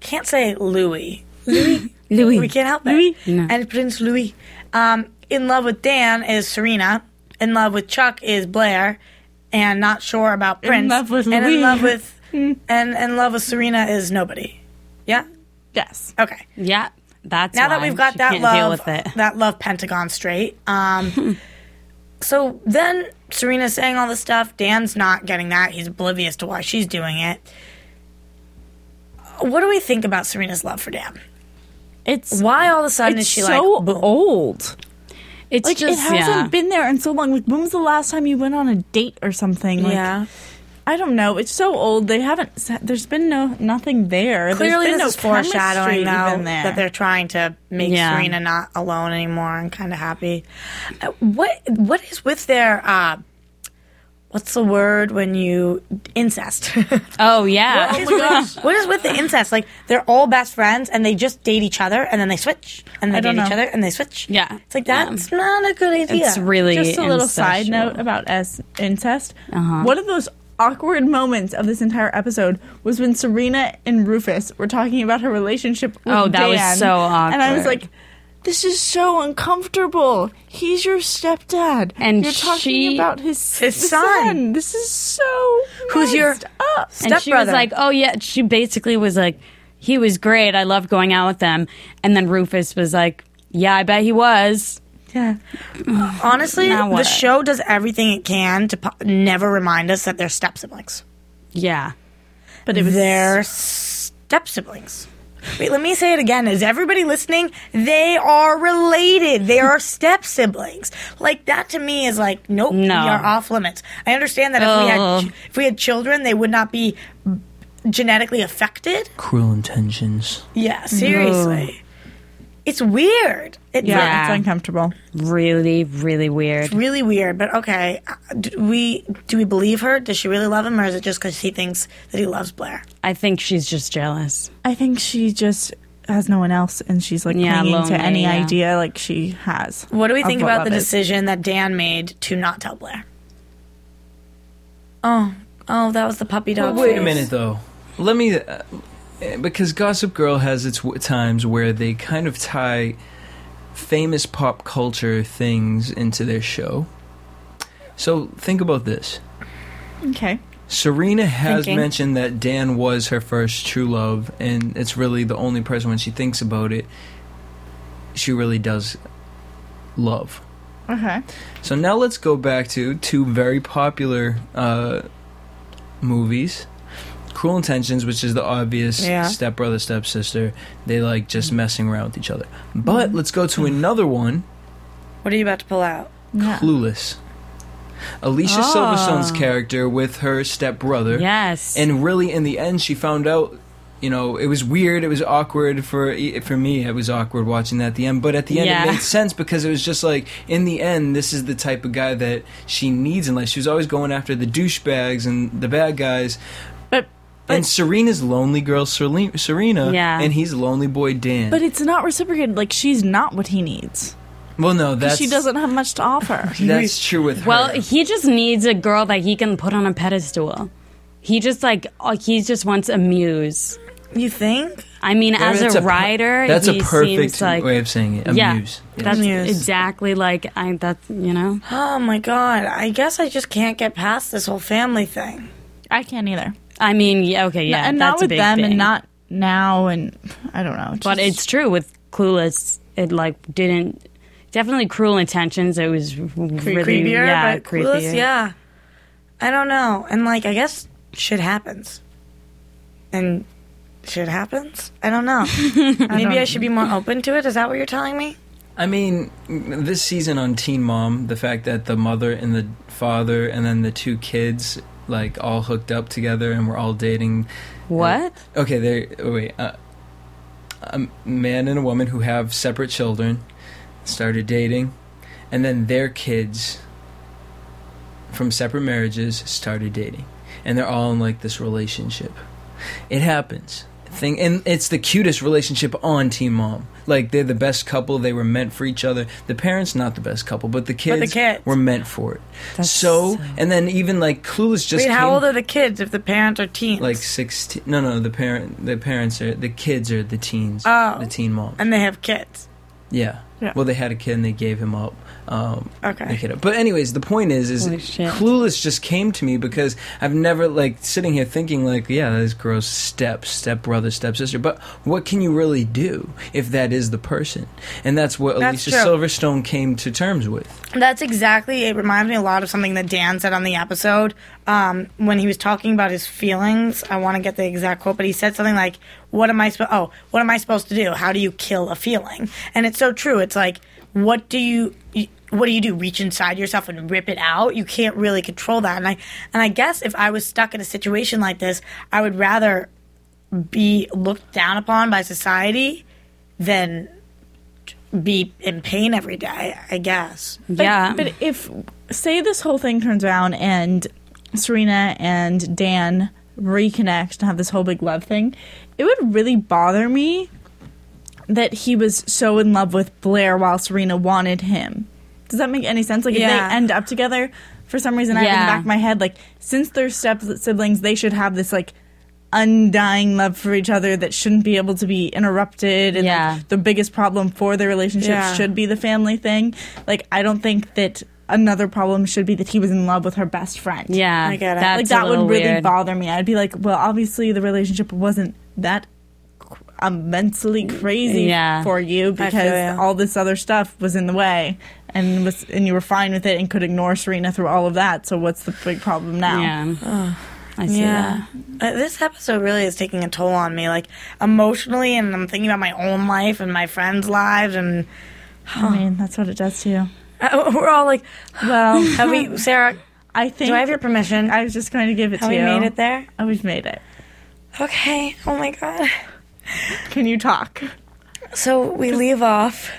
Speaker 2: Can't say Louis.
Speaker 4: Louis.
Speaker 2: We can't help it.
Speaker 3: Louis?
Speaker 2: And Prince Louis. Um, in love with Dan is Serena. In love with Chuck is Blair, and not sure about Prince.
Speaker 3: love with
Speaker 2: and
Speaker 3: Louis. Hmm.
Speaker 2: in love with and in love with Serena is nobody. Yeah.
Speaker 3: yes,
Speaker 2: Okay.
Speaker 4: yeah, that's
Speaker 2: now that
Speaker 4: why
Speaker 2: we've got
Speaker 4: she
Speaker 2: that
Speaker 4: can't
Speaker 2: love,
Speaker 4: deal with it.
Speaker 2: that love pentagon straight. Um, so then Serena's saying all this stuff. Dan's not getting that. He's oblivious to why she's doing it. What do we think about Serena's love for Dan?
Speaker 4: It's
Speaker 2: Why all of a sudden
Speaker 3: it's
Speaker 2: is she
Speaker 3: so
Speaker 2: like, boom?
Speaker 3: old.
Speaker 4: it's
Speaker 3: Like
Speaker 4: just
Speaker 3: it hasn't
Speaker 4: yeah.
Speaker 3: been there in so long. Like when was the last time you went on a date or something? Like,
Speaker 2: yeah.
Speaker 3: I don't know. It's so old. They haven't. s- There's been no nothing there.
Speaker 2: Clearly,
Speaker 3: there's been
Speaker 2: this
Speaker 3: no
Speaker 2: is foreshadowing
Speaker 3: chemistry
Speaker 2: though
Speaker 3: even there.
Speaker 2: that they're trying to make
Speaker 4: Yeah.
Speaker 2: Serena not alone anymore and kind of happy. Uh, What what is with their uh, what's the word when you incest?
Speaker 4: Oh yeah,
Speaker 2: What is with- what is with the incest? Like they're all best friends and they just date each other and then they switch and they
Speaker 3: I
Speaker 2: date
Speaker 3: don't
Speaker 2: each
Speaker 3: know.
Speaker 2: other and they switch.
Speaker 4: Yeah.
Speaker 2: it's like that's not a good idea.
Speaker 4: it's really
Speaker 3: Just a little side
Speaker 4: incestual.
Speaker 3: note about S incest.
Speaker 4: Uh-huh.
Speaker 3: One of those awkward moments of this entire episode was when Serena and Rufus were talking about her relationship with
Speaker 4: Oh, that was
Speaker 3: Dan,
Speaker 4: so
Speaker 3: And I was
Speaker 4: awkward.
Speaker 3: like, this is so uncomfortable. He's your stepdad.
Speaker 4: And
Speaker 3: you're talking
Speaker 4: she-
Speaker 3: about his,
Speaker 2: His
Speaker 3: the
Speaker 2: son.
Speaker 3: This is so
Speaker 2: Who's your-
Speaker 3: messed up.
Speaker 4: and she was
Speaker 2: stepbrother.
Speaker 4: like, "Oh yeah." She basically was like, "He was great. I loved going out with them." And then Rufus was like, "Yeah, I bet he was."
Speaker 3: Yeah.
Speaker 2: honestly
Speaker 4: Now
Speaker 2: the
Speaker 4: what?
Speaker 2: show does everything it can to po- never remind us that they're step siblings.
Speaker 4: Yeah,
Speaker 3: But it was
Speaker 2: They're step siblings. Wait, let me say it again. Is everybody listening? They are related. They are step siblings. Like that to me is like, nope, we
Speaker 4: No.
Speaker 2: are off limits. I understand that if we
Speaker 4: Ugh.
Speaker 2: had ch- if we had children, they would not be genetically affected.
Speaker 5: Cruel intentions.
Speaker 2: Yeah, seriously. It's weird. It's
Speaker 3: Yeah,
Speaker 4: Yeah.
Speaker 3: it's uncomfortable.
Speaker 4: really, really weird.
Speaker 2: really weird, but okay. Uh, Do we do we believe her? Does she really love him, or is it just because he thinks that he loves Blair?
Speaker 4: I think she's just jealous.
Speaker 3: I think she just has no one else, and she's like
Speaker 4: Yeah,
Speaker 3: clinging
Speaker 4: lonely,
Speaker 3: to any
Speaker 4: yeah.
Speaker 3: idea like she has.
Speaker 2: What do we think
Speaker 3: of
Speaker 2: about the
Speaker 3: love is.
Speaker 2: decision that Dan made to not tell Blair? Oh, oh, that was the puppy dog.
Speaker 5: Wait a
Speaker 2: face.
Speaker 5: minute, though. Let me, uh, because Gossip Girl has its w- times where they kind of tie famous pop culture things into their show. So think about this:
Speaker 3: Okay.
Speaker 5: Serena has
Speaker 2: Thinking.
Speaker 5: mentioned that Dan was her first true love, and it's really the only person when she thinks about it, she really does love.
Speaker 3: Okay.
Speaker 5: So now let's go back to two very popular uh, movies. Cruel Intentions, which is the obvious
Speaker 2: Yeah.
Speaker 5: stepbrother, stepsister. They like just
Speaker 4: Mm.
Speaker 5: messing around with each other. But let's go to another one,
Speaker 2: What are you about to pull out?
Speaker 3: Yeah.
Speaker 5: Clueless. Alicia
Speaker 4: Ah.
Speaker 5: Silverstone's character with her stepbrother.
Speaker 4: Yes.
Speaker 5: And really, in the end, she found out. You know, it was weird. It was awkward for e, for me. It was awkward watching that at the end, but at the end,
Speaker 4: Yeah.
Speaker 5: it made sense because it was just like, in the end, this is the type of guy that she needs in life. She was always going after the douchebags and the bad guys.
Speaker 3: But
Speaker 5: and Serena's lonely girl Serle- Serena,
Speaker 4: Yeah.
Speaker 5: and he's lonely boy Dan.
Speaker 3: but it's not reciprocated. Like she's not what he needs.
Speaker 5: well, no, that's
Speaker 3: she doesn't have much to offer.
Speaker 5: That's true with her.
Speaker 4: Well, he just needs a girl that he can put on a pedestal. He just like oh, he just wants a muse.
Speaker 2: You think?
Speaker 4: I mean,
Speaker 5: I mean,
Speaker 4: as
Speaker 5: it's
Speaker 4: a,
Speaker 5: per-
Speaker 4: writer,
Speaker 5: that's a
Speaker 4: he
Speaker 5: perfect
Speaker 4: seems like
Speaker 5: way of saying it. A
Speaker 4: yeah,
Speaker 5: muse. Yes.
Speaker 4: that's
Speaker 2: Muse.
Speaker 4: exactly like I. That's you know,
Speaker 2: Oh my god, I guess I just can't get past this whole family thing.
Speaker 3: I can't either.
Speaker 4: I mean, yeah, okay, yeah,
Speaker 3: and not
Speaker 4: that's a
Speaker 3: with
Speaker 4: big
Speaker 3: them, and
Speaker 4: thing.
Speaker 3: not now, and I don't know.
Speaker 4: But
Speaker 3: just-
Speaker 4: it's true with Clueless. It like didn't definitely cruel intentions. It was really
Speaker 2: creepier,
Speaker 4: yeah,
Speaker 2: but clueless,
Speaker 4: creepier.
Speaker 2: yeah. I don't know. And like I guess shit happens. And shit happens? I don't know. Maybe I should be more open to it. Is that what you're telling me?
Speaker 5: I mean, this season on Teen Mom, the fact that the mother and the father and then the two kids like all hooked up together and were all dating.
Speaker 4: What?
Speaker 5: Okay, they oh, wait. Uh, a man and a woman who have separate children started dating, and then their kids from separate marriages started dating, and they're all in like this relationship. It happens. Thing and it's the cutest relationship on Team Mom. Like they're the best couple. They were meant for each other. The parents not the best couple, but the
Speaker 2: the
Speaker 5: kids,
Speaker 2: kids.
Speaker 5: were meant for it. so, and then even like Clueless
Speaker 2: Wait,
Speaker 5: just came,
Speaker 2: how old are the kids if the parents are teens?
Speaker 5: like sixteen. No, no, the parent, the parents are the kids are the teens.
Speaker 2: Oh.
Speaker 5: the Teen Mom.
Speaker 2: and they have kids.
Speaker 5: Yeah.
Speaker 3: Yeah.
Speaker 5: Well, they had a kid and they gave him up. Um,
Speaker 2: Okay.
Speaker 5: they hit up. But anyways, the point is, is
Speaker 4: Holy shit.
Speaker 5: Clueless just came to me because I've never like sitting here thinking like, yeah, that is gross. Step, step brother, step sister. But what can you really do if that is the person? And that's what
Speaker 2: That's
Speaker 5: Alicia
Speaker 2: true.
Speaker 5: Silverstone came to terms with.
Speaker 2: That's exactly. It reminds me a lot of something that Dan said on the episode um, when he was talking about his feelings. I want to get the exact quote, but he said something like, "What am I supposed? Oh, what am I supposed to do? How do you kill a feeling?" And it's so true. It's like, what do you? you- What do you do? Reach inside yourself and rip it out? You can't really control that. And I and I guess if I was stuck in a situation like this, I would rather be looked down upon by society than be in pain every day. I guess.
Speaker 3: But-
Speaker 4: yeah.
Speaker 3: But if say this whole thing turns around and Serena and Dan reconnect and have this whole big love thing, it would really bother me that he was so in love with Blair while Serena wanted him. Does that make any sense? Like
Speaker 2: Yeah.
Speaker 3: if they end up together, for some reason I have in the
Speaker 4: Yeah.
Speaker 3: back of my head, like since they're step siblings, they should have this like undying love for each other that shouldn't be able to be interrupted and like,
Speaker 4: Yeah.
Speaker 3: the biggest problem for their relationship
Speaker 2: Yeah.
Speaker 3: should be the family thing. Like, I don't think that another problem should be that he was in love with her best friend.
Speaker 4: yeah,
Speaker 2: I get it.
Speaker 4: That's
Speaker 3: like
Speaker 4: a
Speaker 3: that would
Speaker 4: little
Speaker 3: really
Speaker 4: weird.
Speaker 3: bother me. I'd be like, well, obviously the relationship wasn't that cr- immensely crazy
Speaker 4: Yeah.
Speaker 3: for you
Speaker 2: Mm, feel
Speaker 3: because
Speaker 2: ya.
Speaker 3: all this other stuff was in the way and was and you were fine with it and could ignore Serena through all of that. So what's the big problem now?
Speaker 4: Yeah, I see
Speaker 2: Yeah. Uh, this episode really is taking a toll on me, like emotionally, and I'm thinking about my own life and my friends' lives, and
Speaker 3: I mean, that's what it does to you.
Speaker 2: uh, we're all like,
Speaker 3: Well,
Speaker 2: "Have we, Sarah?
Speaker 3: I think
Speaker 2: Do I have your permission?
Speaker 3: I was just going to give it
Speaker 2: Have
Speaker 3: to
Speaker 2: we
Speaker 3: you.
Speaker 2: made it there?
Speaker 3: Oh, we've made it.
Speaker 2: Okay. Oh my god.
Speaker 3: Can you talk?
Speaker 2: So we leave off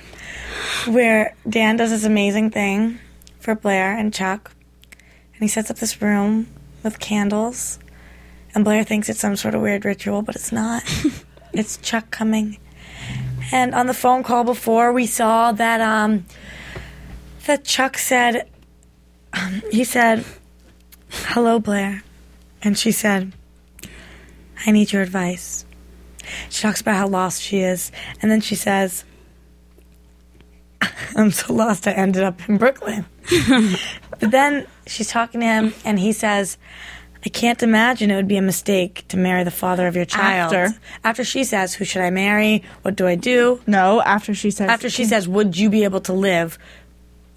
Speaker 2: where Dan does this amazing thing for Blair and Chuck, and he sets up this room with candles, and Blair thinks it's some sort of weird ritual, but it's not. it's Chuck coming. And on the phone call before, we saw that um, that Chuck said, um, he said, "Hello, Blair," and she said, "I need your advice." She talks about how lost she is, and then she says, "I'm so lost. I ended up in Brooklyn." but then she's talking to him, and he says, I can't imagine it would be a mistake to marry the father of your child.
Speaker 3: After.
Speaker 2: After she says, Who should I marry? What do I do?
Speaker 3: No, Oh, after she says
Speaker 2: After she says, Would you be able to live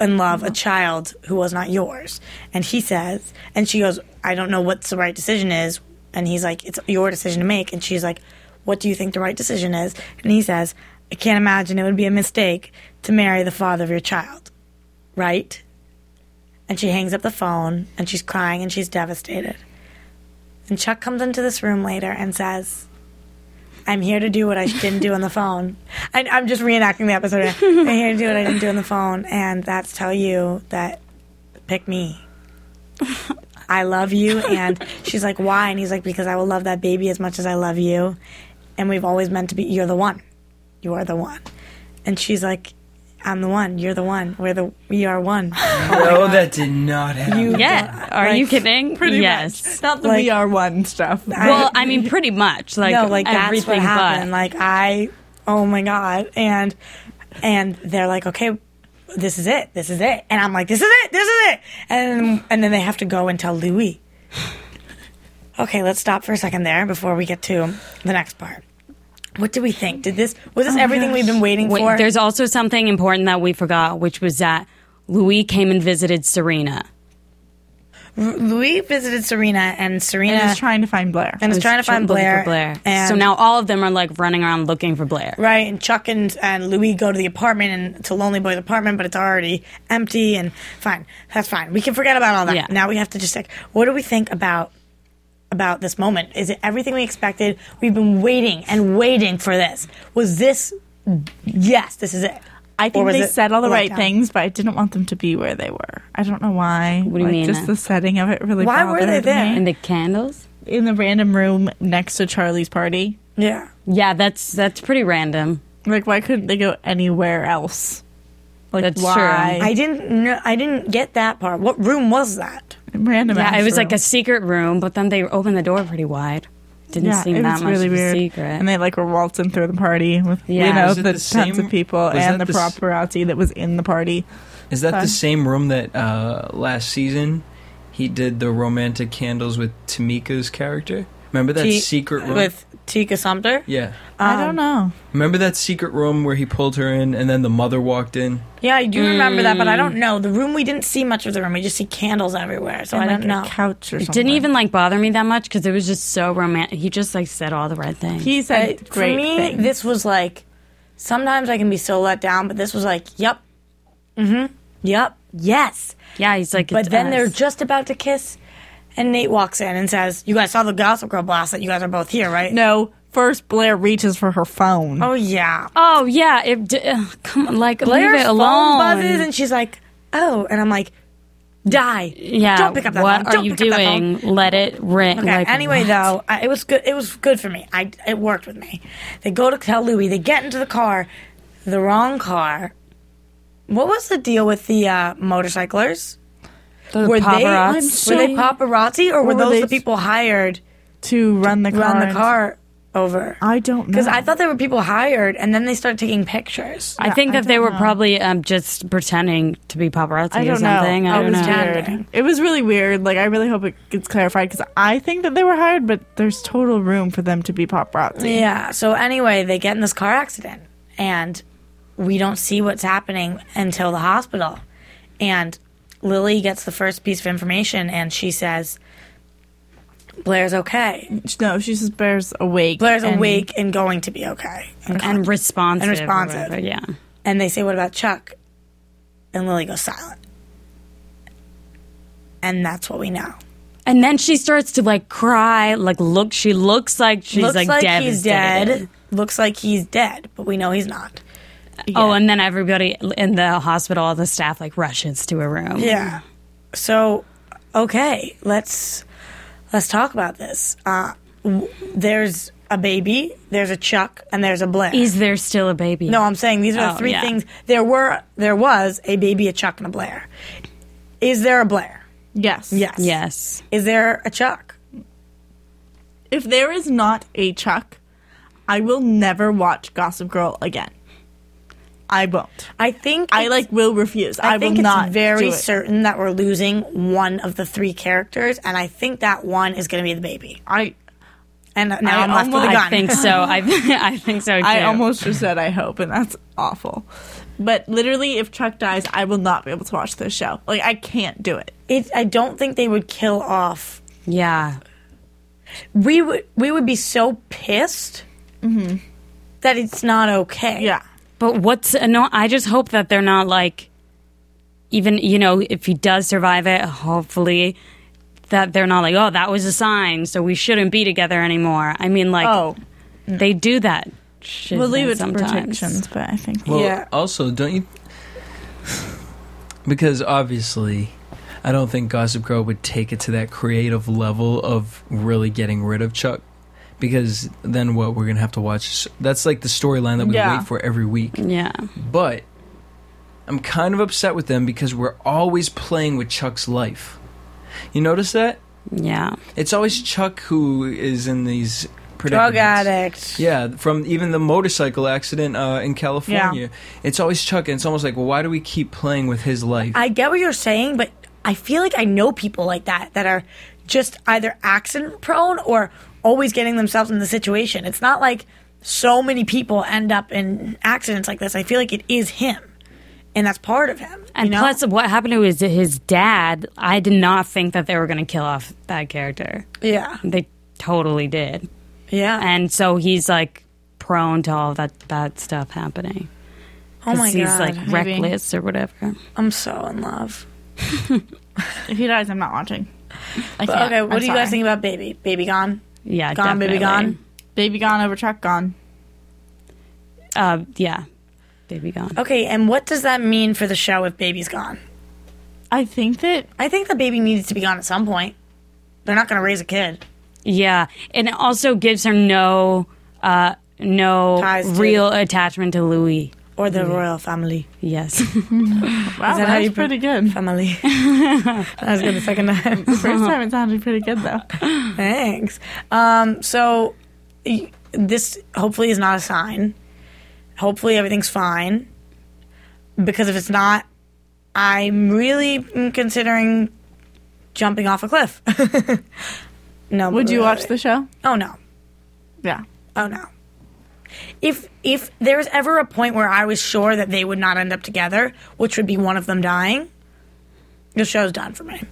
Speaker 2: and love a child who was not yours? And he says, And she goes, I don't know what the right decision is. And he's like, It's your decision to make. And she's like, What do you think the right decision is? And he says, I can't imagine it would be a mistake to marry the father of your child. Right? And she hangs up the phone and she's crying and she's devastated. And Chuck comes into this room later and says, I'm here to do what I didn't do on the phone. I, I'm just reenacting the episode. I'm here to do what I didn't do on the phone. And that's tell you that pick me. I love you. And she's like, why? And he's like, because I will love that baby as much as I love you. And we've always meant to be, you're the one. You are the one. And she's like, I'm the one. You're the one. We're the, we are one.
Speaker 5: No, that did not happen.
Speaker 2: You
Speaker 4: Yeah. Are you kidding?
Speaker 3: pretty
Speaker 4: yes.
Speaker 3: much not the
Speaker 2: Like-
Speaker 3: we are one stuff.
Speaker 4: Well, I mean, pretty much. Like,
Speaker 2: no, like
Speaker 4: everything
Speaker 2: that's what happened. Like I, oh my god, and and they're like, okay, this is it, this is it, and I'm like, this is it, this is it, and and then they have to go and tell Louis. Okay, let's stop for a second there before we get to the next part. What did we think? Did this was this everything we've been waiting
Speaker 4: but. Oh Wait,
Speaker 2: for?
Speaker 4: there's also something important that we forgot, which was that Louis came and visited Serena.
Speaker 2: Louis visited Serena, and Serena
Speaker 3: and is trying to find Blair.
Speaker 2: and is
Speaker 4: Was
Speaker 2: trying to find
Speaker 4: looking
Speaker 2: Blair.
Speaker 4: for Blair.
Speaker 2: And
Speaker 4: so now all of them are like running around looking for Blair.
Speaker 2: Right, and Chuck and, and Louis go to the apartment, and to Lonely Boy's apartment, but it's already empty, and fine, that's fine. We can forget about all that.
Speaker 4: Yeah.
Speaker 2: Now we have to just like, what do we think about about this moment? Is it everything we expected? We've been waiting and waiting for this. Was this? Yes, this is it.
Speaker 3: I
Speaker 2: Or
Speaker 3: think
Speaker 2: was
Speaker 3: they
Speaker 2: it
Speaker 3: said all the
Speaker 2: the
Speaker 3: right
Speaker 2: lockdown?
Speaker 3: things, but I didn't want them to be where they were. I don't know why. What
Speaker 4: do you mean?
Speaker 3: Just the setting of it really.
Speaker 2: Why were they
Speaker 3: bothered
Speaker 2: there?
Speaker 3: me.
Speaker 4: And the candles?
Speaker 3: in the random room next to Charlie's party?
Speaker 2: Yeah,
Speaker 4: Yeah, that's that's pretty random.
Speaker 3: Like, why couldn't they go anywhere else? Like,
Speaker 4: That's true.
Speaker 3: why?
Speaker 2: I didn't know. I didn't get that part. What room was that?
Speaker 3: random.
Speaker 4: Yeah,
Speaker 3: ass
Speaker 4: it was like
Speaker 3: room.
Speaker 4: a secret room, but then they opened the door pretty wide. Didn't
Speaker 3: Yeah,
Speaker 4: seem
Speaker 3: it
Speaker 4: that
Speaker 3: was
Speaker 4: much
Speaker 3: really
Speaker 4: of a
Speaker 3: weird.
Speaker 4: secret.
Speaker 3: And they like were waltzing through the party with
Speaker 4: Yeah.
Speaker 3: you know
Speaker 4: Was
Speaker 3: the,
Speaker 5: it the
Speaker 3: tons
Speaker 5: same-
Speaker 3: of people
Speaker 5: was
Speaker 3: and the
Speaker 5: that the s-
Speaker 3: paparazzi that was in the party.
Speaker 5: Is that
Speaker 3: Fun.
Speaker 5: the same room that uh, last season he did the romantic candles with Tamika's character? Remember that
Speaker 2: T-
Speaker 5: secret room?
Speaker 2: with Tika Sumter.
Speaker 5: yeah.
Speaker 3: I
Speaker 4: Um,
Speaker 3: don't know.
Speaker 5: Remember that secret room where he pulled her in and then the mother walked in?
Speaker 2: Yeah, I do remember that, but I
Speaker 4: Mm.
Speaker 2: don't know the room. We didn't see much of the room. We just see candles everywhere, so I
Speaker 3: And,
Speaker 2: don't
Speaker 3: like,
Speaker 2: know.
Speaker 3: a couch or
Speaker 4: it
Speaker 3: something.
Speaker 4: didn't even like bother me that much because it was just so romantic. He just like said all the right things.
Speaker 3: He said
Speaker 2: I-
Speaker 3: great
Speaker 2: for me,
Speaker 3: things.
Speaker 2: this was like sometimes I can be so let down, but this was like, yep, mm-hmm, yep, yes.
Speaker 4: yeah, he's like.
Speaker 2: But
Speaker 4: it's
Speaker 2: then
Speaker 4: us.
Speaker 2: they're just about to kiss, and Nate walks in and says, "You guys saw the Gossip Girl blast that you guys are both here, right?"
Speaker 3: no. First, Blair reaches for her phone.
Speaker 2: Oh yeah.
Speaker 4: Oh yeah, it d- ugh, come on, like leave
Speaker 2: Blair's
Speaker 4: it
Speaker 2: phone
Speaker 4: alone.
Speaker 2: buzzes, and she's like, "Oh," and I'm like, "Die!
Speaker 4: yeah,
Speaker 2: don't pick up that
Speaker 4: what
Speaker 2: phone.
Speaker 4: are
Speaker 2: don't
Speaker 4: you
Speaker 2: pick up that phone.
Speaker 4: doing? Let it ring.
Speaker 2: Okay.
Speaker 4: Like,
Speaker 2: anyway,
Speaker 4: what?
Speaker 2: though, I, it was good. It was good for me. I it worked with me. They go to tell Louis. They get into the car, the wrong car. What was the deal with the uh, motorcyclers?
Speaker 4: The
Speaker 2: were
Speaker 4: paparazzi.
Speaker 2: they were they paparazzi or were,
Speaker 3: were
Speaker 2: those
Speaker 3: they-
Speaker 2: the people hired
Speaker 3: to run the car.
Speaker 2: run the
Speaker 3: and-
Speaker 2: car over?
Speaker 3: I don't know.
Speaker 2: Because I thought there were people hired, and then they started taking pictures.
Speaker 4: I think
Speaker 3: I
Speaker 4: that they
Speaker 3: don't
Speaker 4: were
Speaker 3: know.
Speaker 4: probably um, just pretending to be paparazzi
Speaker 3: I
Speaker 4: or
Speaker 3: don't know. Oh,
Speaker 4: something. I
Speaker 3: it
Speaker 4: don't
Speaker 3: was
Speaker 4: know.
Speaker 3: weird. It was really weird. Like I really hope it gets clarified because I think that they were hired, but there's total room for them to be paparazzi.
Speaker 2: Yeah. So anyway, they get in this car accident, and we don't see what's happening until the hospital. And Lily gets the first piece of information, and she says, "Blair's okay.
Speaker 3: No, she says Blair's awake.
Speaker 2: Blair's
Speaker 3: and-
Speaker 2: awake and going to be okay." And,
Speaker 4: And responsive.
Speaker 2: And
Speaker 4: or
Speaker 2: responsive.
Speaker 4: whatever, Yeah.
Speaker 2: and they say, "What about Chuck?" And Lily goes silent. And that's what we know.
Speaker 4: And then she starts to like cry. Like look, she looks like she's
Speaker 2: Looks
Speaker 4: like,
Speaker 2: like
Speaker 4: devastated.
Speaker 2: he's dead. Looks like he's dead, but we know he's not.
Speaker 4: Oh, and then everybody in the hospital, all the staff like rushes to a room.
Speaker 2: Yeah. So, okay, let's let's talk about this. Uh, w- there's a baby, there's a Chuck, and there's a Blair.
Speaker 4: Is there still a baby?
Speaker 2: no, I'm saying these are
Speaker 4: Oh,
Speaker 2: the three
Speaker 4: yeah.
Speaker 2: things. There were there was a baby, a Chuck, and a Blair. Is there a Blair?
Speaker 3: yes,
Speaker 2: Yes.
Speaker 4: Yes.
Speaker 2: Is there a Chuck?
Speaker 3: If there is not a Chuck, I will never watch Gossip Girl again. I won't.
Speaker 2: I think
Speaker 3: I
Speaker 2: it's-
Speaker 3: like will refuse. I,
Speaker 2: I, think
Speaker 3: will not
Speaker 2: it's very
Speaker 3: do it.
Speaker 2: certain that we're losing one of the three characters, and I think that one is going to be the baby.
Speaker 3: I
Speaker 2: And now I am left with a
Speaker 3: almost-
Speaker 2: gun.
Speaker 4: I think so. I I think so too.
Speaker 3: I almost just said I hope, and that's awful. But literally, if Chuck dies, I will not be able to watch this show. Like I can't do it.
Speaker 2: It, I don't think they would kill off.
Speaker 4: yeah.
Speaker 2: We would we would be so pissed that it's not okay.
Speaker 3: Mm-hmm. Yeah.
Speaker 4: But what's no? I just hope that they're not like, even you know, if he does survive it, hopefully that they're not like, oh, that was a sign, so we shouldn't be together anymore. I mean, like,
Speaker 3: Oh,
Speaker 4: they do that. Shit
Speaker 3: we'll leave it to
Speaker 4: sometimes.
Speaker 3: predictions, but I think
Speaker 5: Well,
Speaker 2: Yeah.
Speaker 5: also, don't you? Because obviously, I don't think Gossip Girl would take it to that creative level of really getting rid of Chuck. Because then what? We're gonna have to watch. That's like the storyline that we
Speaker 3: Yeah.
Speaker 5: wait for every week.
Speaker 4: Yeah,
Speaker 5: But I'm kind of upset with them because we're always playing with Chuck's life. You notice that?
Speaker 4: yeah.
Speaker 5: It's always Chuck who is in these
Speaker 2: Drug
Speaker 5: predicaments.
Speaker 2: addict.
Speaker 5: Yeah, from even the motorcycle accident uh, in California. It's always Chuck, and it's almost like, well, why do we keep playing with his life?
Speaker 2: I get what you're saying, but I feel like I know people like that that are just either accident prone or always getting themselves in the situation. It's not like so many people end up in accidents like this. I feel like it is him, and that's part of him.
Speaker 4: And
Speaker 2: you know?
Speaker 4: plus, what happened to his his dad? I did not think that they were going to kill off that character.
Speaker 2: yeah,
Speaker 4: They totally did,
Speaker 2: yeah.
Speaker 4: and so he's like prone to all that bad stuff happening.
Speaker 2: oh my
Speaker 4: 'Cause he's
Speaker 2: god,
Speaker 4: like reckless or whatever.
Speaker 2: I'm so in love.
Speaker 3: if he dies, I'm not watching. I
Speaker 2: But
Speaker 3: can't.
Speaker 2: okay, what
Speaker 3: I'm
Speaker 2: do you guys
Speaker 3: sorry.
Speaker 2: think about baby? Baby gone,
Speaker 4: Yeah,
Speaker 2: gone,
Speaker 4: definitely.
Speaker 2: baby gone.
Speaker 3: Baby gone over Chuck gone.
Speaker 4: Uh, yeah, baby gone.
Speaker 2: Okay, and what does that mean for the show if baby's gone?
Speaker 3: I think that
Speaker 2: I think the baby needs to be gone at some point. They're not going to raise a kid.
Speaker 4: Yeah, and it also gives her no uh, no
Speaker 2: Ties to-
Speaker 4: real attachment to Louis.
Speaker 2: Or the royal family.
Speaker 4: Yes,
Speaker 3: wow,
Speaker 2: that
Speaker 3: that,
Speaker 2: how
Speaker 3: was
Speaker 2: you pro-
Speaker 3: pretty good.
Speaker 2: Family. that was good the second time.
Speaker 3: First time it sounded pretty good though.
Speaker 2: Thanks. Um, so y- this hopefully is not a sign. Hopefully everything's fine. Because if it's not, I'm really considering jumping off a cliff. no.
Speaker 3: Would
Speaker 2: but
Speaker 3: you watch
Speaker 2: really-
Speaker 3: the show?
Speaker 2: Oh no.
Speaker 3: Yeah.
Speaker 2: Oh no. If if there was ever a point where I was sure that they would not end up together, which would be one of them dying, the show's done for me.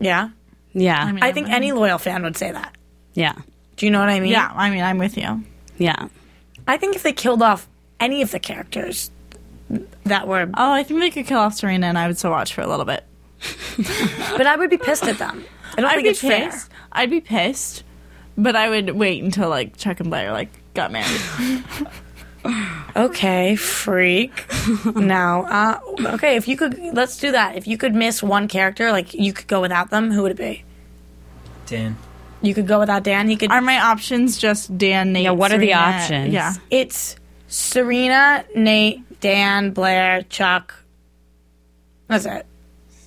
Speaker 2: Yeah.
Speaker 4: yeah,
Speaker 3: mean,
Speaker 2: I think any loyal fan would say that.
Speaker 4: yeah,
Speaker 2: Do you know what I mean?
Speaker 3: Yeah, I mean, I'm with you.
Speaker 4: yeah.
Speaker 2: I think if they killed off any of the characters that were
Speaker 3: Oh, I think they could kill off Serena, and I would still watch for a little bit.
Speaker 2: but I would be pissed at them. I don't
Speaker 3: I'd
Speaker 2: think
Speaker 3: be
Speaker 2: it's fair.
Speaker 3: pissed. I'd be pissed, but I would wait until like Chuck and Blair like got married.
Speaker 2: Okay, freak. now, uh, okay, if you could let's do that. If you could miss one character, like you could go without them, who would it be?
Speaker 5: Dan.
Speaker 2: You could go without Dan. He could
Speaker 3: Are my options just Dan, Nate?
Speaker 4: Yeah, what are the
Speaker 3: Serena?
Speaker 4: options?
Speaker 3: Yeah,
Speaker 2: It's Serena, Nate, Dan, Blair, Chuck. That's it.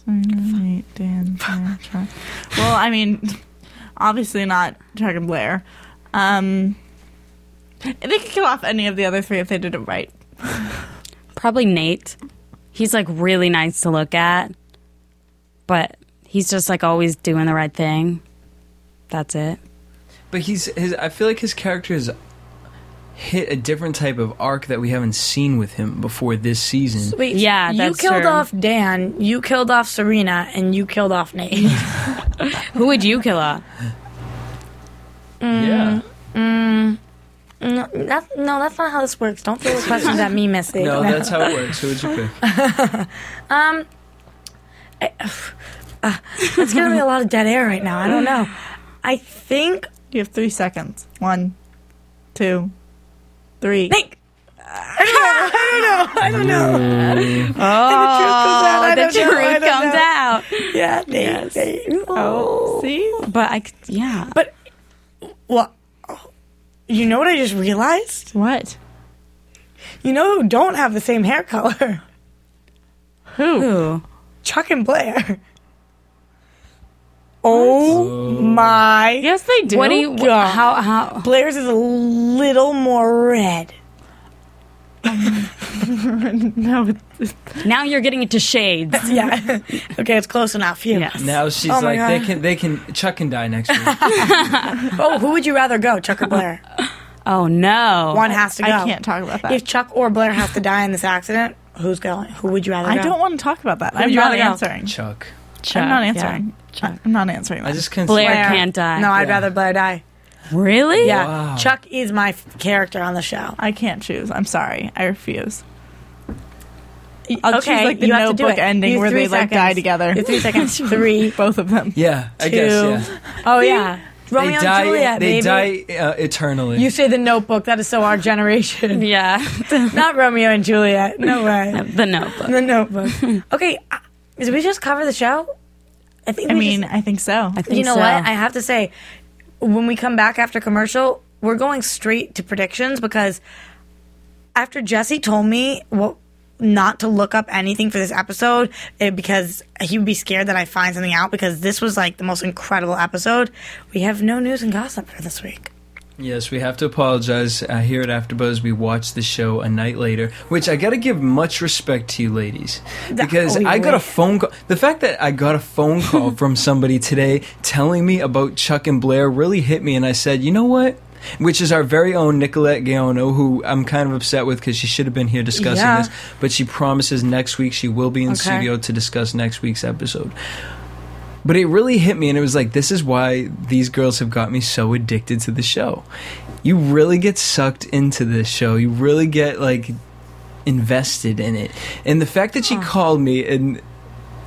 Speaker 3: Nate, Dan, Blair, Chuck. Well, I mean, obviously not Chuck and Blair. Um, they could kill off any of the other three if they did it right.
Speaker 4: Probably Nate. He's like really nice to look at, but he's just like always doing the right thing. That's it.
Speaker 5: But he's his. I feel like his character has hit a different type of arc that we haven't seen with him before this season.
Speaker 2: Wait,
Speaker 4: Yeah,
Speaker 2: you
Speaker 4: that's
Speaker 2: killed
Speaker 4: true.
Speaker 2: off Dan, you killed off Serena, and you killed off Nate.
Speaker 4: Who would you kill off?
Speaker 2: Mm.
Speaker 5: Yeah.
Speaker 2: no, that, no, that's not how this works. Don't throw questions at me, Missy.
Speaker 5: No, that's how it works. Who would you pick?
Speaker 2: it's gonna be a lot of dead air right now. I don't know. I think
Speaker 3: You have three seconds. One, two, three.
Speaker 2: Nate. I don't know. I don't know.
Speaker 4: Oh,
Speaker 2: I
Speaker 4: the
Speaker 2: don't know,
Speaker 4: truth
Speaker 2: I don't
Speaker 4: comes
Speaker 2: know.
Speaker 4: out.
Speaker 2: Yeah, Nate. Nate.
Speaker 3: Oh,
Speaker 2: Oh.
Speaker 3: see,
Speaker 4: But I, c- yeah.
Speaker 2: But well, you know what I just realized?
Speaker 3: what?
Speaker 2: You know who don't have the same hair color?
Speaker 4: Who?
Speaker 2: Chuck and Blair. Oh my!
Speaker 4: Yes, they do. What do you? wh-
Speaker 2: God.
Speaker 4: How? How?
Speaker 2: Blair's is a little more red.
Speaker 3: no, it's-
Speaker 4: Now you're getting into shades.
Speaker 2: yeah. okay, it's close enough. Yeah.
Speaker 4: Yes.
Speaker 5: Now she's
Speaker 2: Oh my
Speaker 5: like, they
Speaker 2: God.
Speaker 5: can, they can. Chuck can die next week.
Speaker 2: Oh, who would you rather go, Chuck or Blair?
Speaker 4: Oh no.
Speaker 2: One has to go.
Speaker 3: I can't talk about that.
Speaker 2: If Chuck or Blair has to die in this accident, who's going? Who would you rather?
Speaker 3: I
Speaker 2: go?
Speaker 3: don't want to talk about that. I'm
Speaker 2: you
Speaker 3: not
Speaker 2: rather go?
Speaker 3: answering.
Speaker 5: Chuck.
Speaker 3: I'm not
Speaker 4: Yeah.
Speaker 3: answering. I'm not answering.
Speaker 5: I
Speaker 3: that.
Speaker 5: just can't.
Speaker 4: Blair.
Speaker 2: Blair.
Speaker 4: can't die.
Speaker 2: No, I'd
Speaker 5: Yeah.
Speaker 2: rather Blair die.
Speaker 4: Really?
Speaker 2: Yeah,
Speaker 5: Wow.
Speaker 2: Chuck is my f- character on the show.
Speaker 3: I can't choose. I'm sorry. I refuse. I'll
Speaker 2: okay,
Speaker 3: choose like the
Speaker 2: you have to do
Speaker 3: notebook
Speaker 2: it.
Speaker 3: ending
Speaker 2: You
Speaker 3: where
Speaker 2: three
Speaker 3: they like die
Speaker 2: seconds.
Speaker 3: together.
Speaker 2: You three seconds. Three.
Speaker 3: Both of them.
Speaker 5: Yeah, I guess. Yeah.
Speaker 2: Oh yeah,
Speaker 5: They
Speaker 2: Romeo
Speaker 5: die.
Speaker 2: and Juliet.
Speaker 5: they
Speaker 2: baby.
Speaker 5: die uh, eternally.
Speaker 2: You say the Notebook. That is so our generation.
Speaker 4: Yeah.
Speaker 2: Not Romeo and Juliet. No way.
Speaker 4: the notebook.
Speaker 2: the Notebook. Okay, uh, did we just cover the show? I think.
Speaker 3: I
Speaker 2: we
Speaker 3: mean,
Speaker 2: just-
Speaker 3: I think so. I think
Speaker 2: you know
Speaker 4: so.
Speaker 2: what? I have to say, when we come back after commercial, we're going straight to predictions because after Jesse told me what not to look up anything for this episode eh, because he would be scared that I find something out because this was like the most incredible episode. We have no news and gossip for this week.
Speaker 5: Yes, we have to apologize. Uh, here at AfterBuzz, we watched the show a night later, which I got to give much respect to you ladies because
Speaker 2: oh,
Speaker 5: I got a
Speaker 2: wait.
Speaker 5: phone call. The fact that I got a phone call from somebody today telling me about Chuck and Blair really hit me, and I said, you know what? Which is our very own Nicolette Gaono, who I'm kind of upset with because she should have been here discussing
Speaker 2: Yeah.
Speaker 5: this. But she promises next week she will be in
Speaker 2: Okay.
Speaker 5: studio to discuss next week's episode. But it really hit me, and it was like, this is why these girls have got me so addicted to the show. You really get sucked into this show. You really get like invested in it. And the fact that she called me and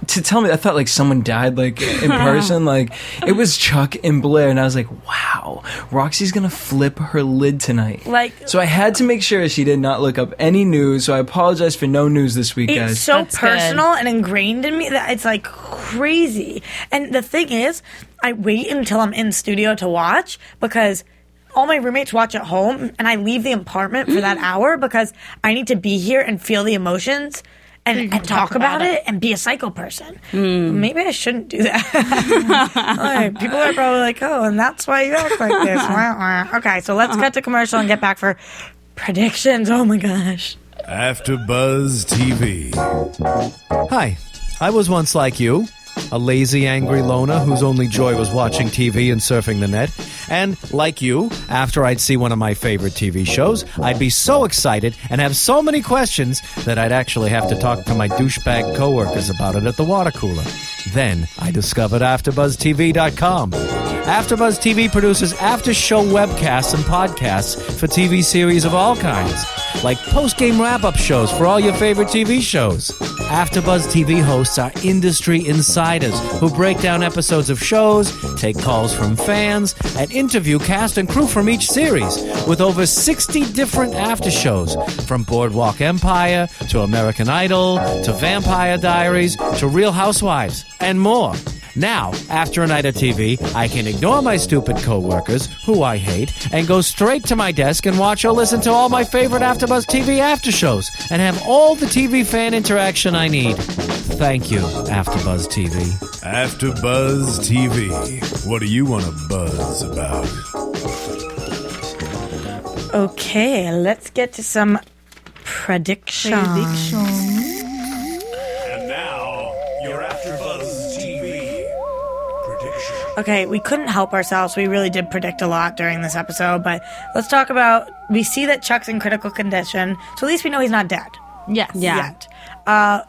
Speaker 5: to tell me, I thought like someone died like in person. like it was Chuck and Blair, and I was like, wow, Roxy's gonna flip her lid tonight.
Speaker 2: Like-
Speaker 5: so, I had to make sure she did not look up any news. So I apologize for no news this week,
Speaker 2: It's
Speaker 5: guys.
Speaker 2: so
Speaker 4: That's good.
Speaker 2: personal and ingrained in me that it's like crazy. And the thing is, I wait until I'm in studio to watch because all my roommates watch at home and I leave the apartment for that hour because I need to be here and feel the emotions and, and talk, about, it. Hmm. and be a psycho person. Maybe I shouldn't do that. Like, people are probably like, oh, and that's why you act like this. Wah, wah. okay, so let's cut to commercial and get back for predictions. Oh my gosh.
Speaker 1: After Buzz TV. Hi, I was once like you, a lazy, angry loner whose only joy was watching TV and surfing the net. And like you, after I'd see one of my favorite TV shows, I'd be so excited and have so many questions that I'd actually have to talk to my douchebag coworkers about it at the water cooler. Then I discovered AfterBuzzTV.com. AfterBuzz TV produces after-show webcasts and podcasts for TV series of all kinds, like post-game wrap-up shows for all your favorite TV shows. AfterBuzz TV hosts are industry insiders who break down episodes of shows, take calls from fans, and interview cast and crew from each series, with over 60 different aftershows, from Boardwalk Empire to American Idol to Vampire Diaries to Real Housewives and more. Now, after a night of TV, I can ignore my stupid coworkers, who I hate, and go straight to my desk and watch or listen to all my favorite AfterBuzz TV after shows and have all the TV fan interaction I need. Thank you, AfterBuzz TV.
Speaker 6: After Buzz TV, what do you want to buzz about?
Speaker 2: Okay, let's get to some predictions.
Speaker 7: And now, your AfterBuzz TV prediction.
Speaker 2: Okay, we couldn't help ourselves. We really did predict a lot during this episode, but let's talk about. We see that Chuck's in critical condition, so at least we know he's not dead
Speaker 3: Yes.
Speaker 4: Yeah.
Speaker 2: yet. Uh,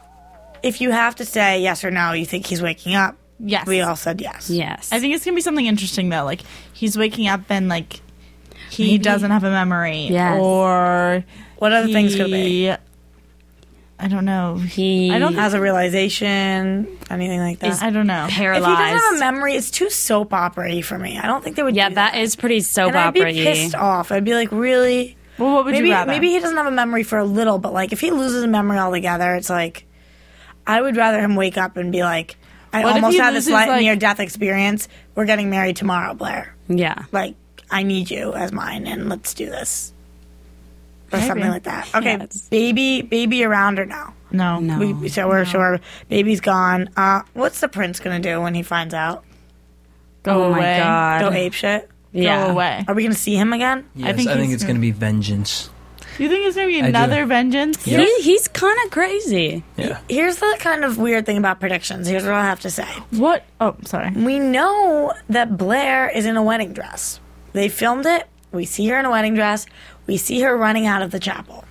Speaker 2: if you have to say yes or no, you think he's waking up.
Speaker 3: Yes.
Speaker 2: We all said yes.
Speaker 4: Yes.
Speaker 3: I think it's gonna be something interesting though. Like he's waking up and like he doesn't have a memory.
Speaker 4: Yes.
Speaker 3: Or
Speaker 2: What other things could it be?
Speaker 3: he- I don't know.
Speaker 4: he
Speaker 3: I don't-
Speaker 2: Has a realization, anything like that.
Speaker 3: I don't know.
Speaker 2: if he doesn't have a
Speaker 4: paralyzed.
Speaker 2: memory, it's too soap opera for me. I don't think they would
Speaker 4: Yeah,
Speaker 2: do
Speaker 4: that is pretty soap
Speaker 2: And I'd be
Speaker 4: opera
Speaker 2: pissed off. I'd be like, really?
Speaker 3: Well, what would
Speaker 2: maybe
Speaker 3: you rather?
Speaker 2: maybe he doesn't have a memory for a little, but like if he loses a memory altogether, it's like I would rather him wake up and be like, I
Speaker 3: What if
Speaker 2: almost
Speaker 3: he
Speaker 2: had this
Speaker 3: loses,
Speaker 2: like,
Speaker 3: like-
Speaker 2: near death experience. We're getting married tomorrow, Blair.
Speaker 4: Yeah.
Speaker 2: Like I need you as mine, and let's do this or something
Speaker 3: Maybe.
Speaker 2: like that. Okay,
Speaker 4: Yes.
Speaker 2: baby, baby around or no?
Speaker 3: no.
Speaker 4: No.
Speaker 2: We, so we're sure baby's gone. Uh, what's the prince gonna do when he finds out?
Speaker 3: Go
Speaker 4: oh
Speaker 3: away.
Speaker 4: my god.
Speaker 2: Go ape shit.
Speaker 3: Go
Speaker 4: yeah.
Speaker 3: away.
Speaker 2: Are we gonna see him again?
Speaker 5: Yes, I
Speaker 3: think
Speaker 5: think,
Speaker 3: he's
Speaker 5: it's
Speaker 3: gonna-
Speaker 5: going to be vengeance.
Speaker 3: you think it's gonna be
Speaker 5: do.
Speaker 3: another vengeance?
Speaker 5: Yeah.
Speaker 4: He, he's kind of crazy.
Speaker 5: Yeah.
Speaker 2: Here's the kind of weird thing about predictions. Here's what I'll have to say.
Speaker 3: What? Oh, sorry.
Speaker 2: We know that Blair is in a wedding dress. They filmed it. We see her in a wedding dress. We see her running out of the chapel.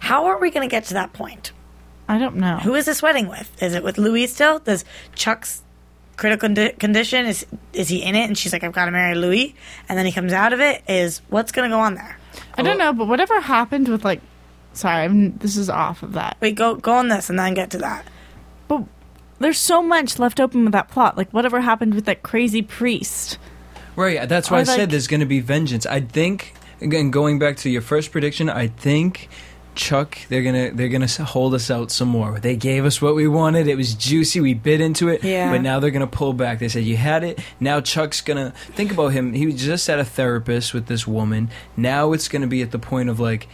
Speaker 2: How are we going to get to that point?
Speaker 3: I don't know.
Speaker 2: Who is this wedding with? Is it with Louis still? Does Chuck's critical condi- condition is is he in it? And she's like, I've got to marry Louis. And then he comes out of it. Is what's going to go on there?
Speaker 3: I don't know, but whatever happened with like, sorry, I'm, this is off of that.
Speaker 2: Wait, go go on this and then get to that.
Speaker 3: But there's so much left open with that plot. Like whatever happened with that crazy priest.
Speaker 5: Right. uh, That's why
Speaker 3: Or
Speaker 5: I
Speaker 3: like-
Speaker 5: said there's going to be vengeance. I think again going back to your first prediction, I think Chuck they're going to they're going to hold us out some more. They gave us what we wanted. It was juicy. We bit into it.
Speaker 2: Yeah.
Speaker 5: But now they're going to pull back. They said you had it. Now Chuck's going to think about him. He was just at a therapist with this woman. Now it's going to be at the point of like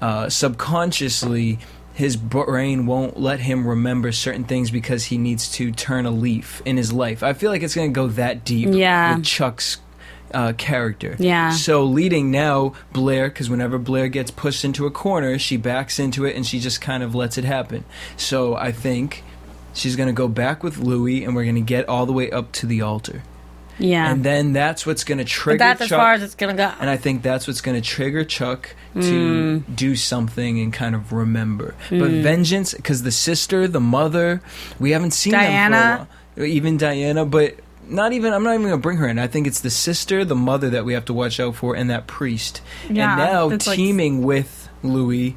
Speaker 5: uh, subconsciously his brain won't let him remember certain things because he needs to turn a leaf in his life. I feel like it's going to go that deep
Speaker 4: Yeah.
Speaker 5: with Chuck's uh, character.
Speaker 4: Yeah.
Speaker 5: So leading now Blair, because whenever Blair gets pushed into a corner, she backs into it and she just kind of lets it happen. So I think she's going to go back with Louis, and we're going to get all the way up to the altar,
Speaker 4: Yeah.
Speaker 5: and then that's what's going to trigger.
Speaker 2: But that's as
Speaker 5: Chuck-
Speaker 2: far as it's going to go.
Speaker 5: and I think that's what's going to trigger Chuck to
Speaker 2: Mm.
Speaker 5: do something and kind of remember. But vengeance, because the sister, the mother, we haven't seen
Speaker 2: Diana.
Speaker 5: them for a while. Even Diana, but not even. I'm not even going to bring her in. I think it's the sister, the mother that we have to watch out for, and that priest.
Speaker 3: Yeah,
Speaker 5: and now
Speaker 3: that's like-
Speaker 5: teaming with Louis,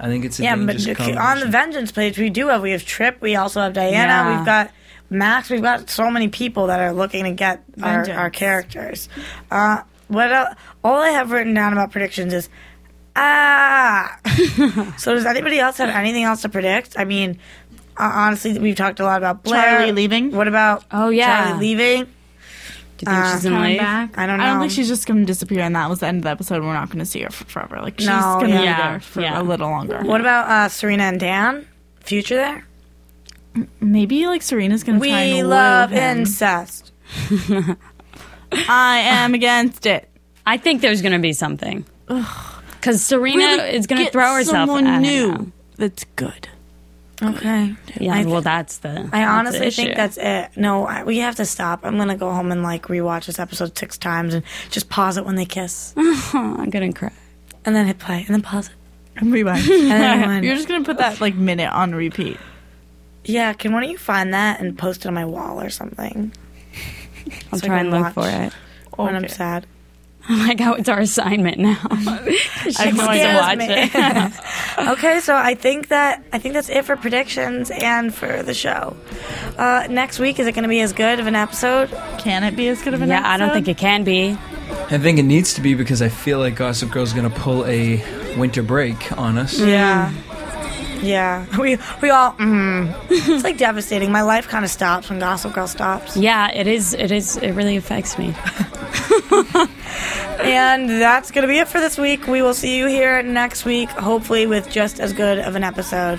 Speaker 5: I think it's a
Speaker 2: Yeah, but
Speaker 5: dangerous
Speaker 2: okay, on the
Speaker 5: combination.
Speaker 2: vengeance page, we do have we have Trip, we also have Diana,
Speaker 3: Yeah.
Speaker 2: we've got Max, we've got so many people that are looking to get our, our
Speaker 3: Vengeance.
Speaker 2: characters. Uh, what el all I have written down about predictions is ah. so does anybody else have anything else to predict? I mean, uh, honestly, we've talked a lot about Blair
Speaker 3: Charlie leaving?
Speaker 2: What about
Speaker 4: Oh, yeah.
Speaker 2: Charlie leaving?
Speaker 4: Do you think she's in
Speaker 2: Uh,
Speaker 3: Coming
Speaker 4: leave?
Speaker 3: back.
Speaker 2: I don't
Speaker 3: I don't
Speaker 2: know.
Speaker 3: think she's just gonna disappear, and that was the end of the episode. We're not gonna see her for forever. Like she's
Speaker 2: No,
Speaker 3: gonna be
Speaker 4: yeah.
Speaker 3: there for
Speaker 4: Yeah.
Speaker 3: a little longer.
Speaker 2: What about uh, Serena and Dan? Future there?
Speaker 3: Maybe like Serena's gonna try
Speaker 2: We
Speaker 3: and
Speaker 2: love
Speaker 3: woo him.
Speaker 2: incest.
Speaker 3: I am against it.
Speaker 4: I think there's going to be something. Because Serena
Speaker 3: Really
Speaker 4: is going to
Speaker 3: get
Speaker 4: throw herself
Speaker 3: someone
Speaker 4: at him
Speaker 3: new.
Speaker 4: now.
Speaker 3: That's good.
Speaker 2: Okay.
Speaker 4: Yeah,
Speaker 2: I thi-
Speaker 4: well, that's the. that's
Speaker 2: I
Speaker 4: the
Speaker 2: honestly
Speaker 4: issue.
Speaker 2: think that's it. No, I, we have to stop. I'm gonna go home and like rewatch this episode six times and just pause it when they kiss,
Speaker 4: Oh, I'm going to cry.
Speaker 2: and then hit play, and then pause it,
Speaker 3: Rewind.
Speaker 2: and then rewind.
Speaker 3: You're just gonna put that like minute on repeat.
Speaker 2: yeah, can one of you find that and post it on my wall or something
Speaker 4: I'll
Speaker 2: So I
Speaker 4: try
Speaker 2: can
Speaker 4: and look
Speaker 2: watch.
Speaker 4: for it.
Speaker 2: when I'm
Speaker 3: Okay.
Speaker 2: sad?
Speaker 4: I'm like, oh, it's our assignment now. I
Speaker 3: have no
Speaker 4: want
Speaker 3: idea.
Speaker 4: to watch it.
Speaker 2: Excuse me. okay, so I think that I think that's it for predictions and for the show. Uh, next week is it gonna be as good of an episode?
Speaker 3: Can it be as good of an
Speaker 4: Yeah, I don't
Speaker 3: episode?
Speaker 4: think it can be.
Speaker 5: I think it needs to be because I feel like Gossip Girl's going to pull a winter break on us.
Speaker 2: Yeah. Yeah, we we all mm. it's like devastating. My life kind of stops when Gossip Girl stops.
Speaker 4: Yeah, it is. It is. It really affects me.
Speaker 2: And that's going to be it for this week. We will see you here next week, hopefully, with just as good of an episode.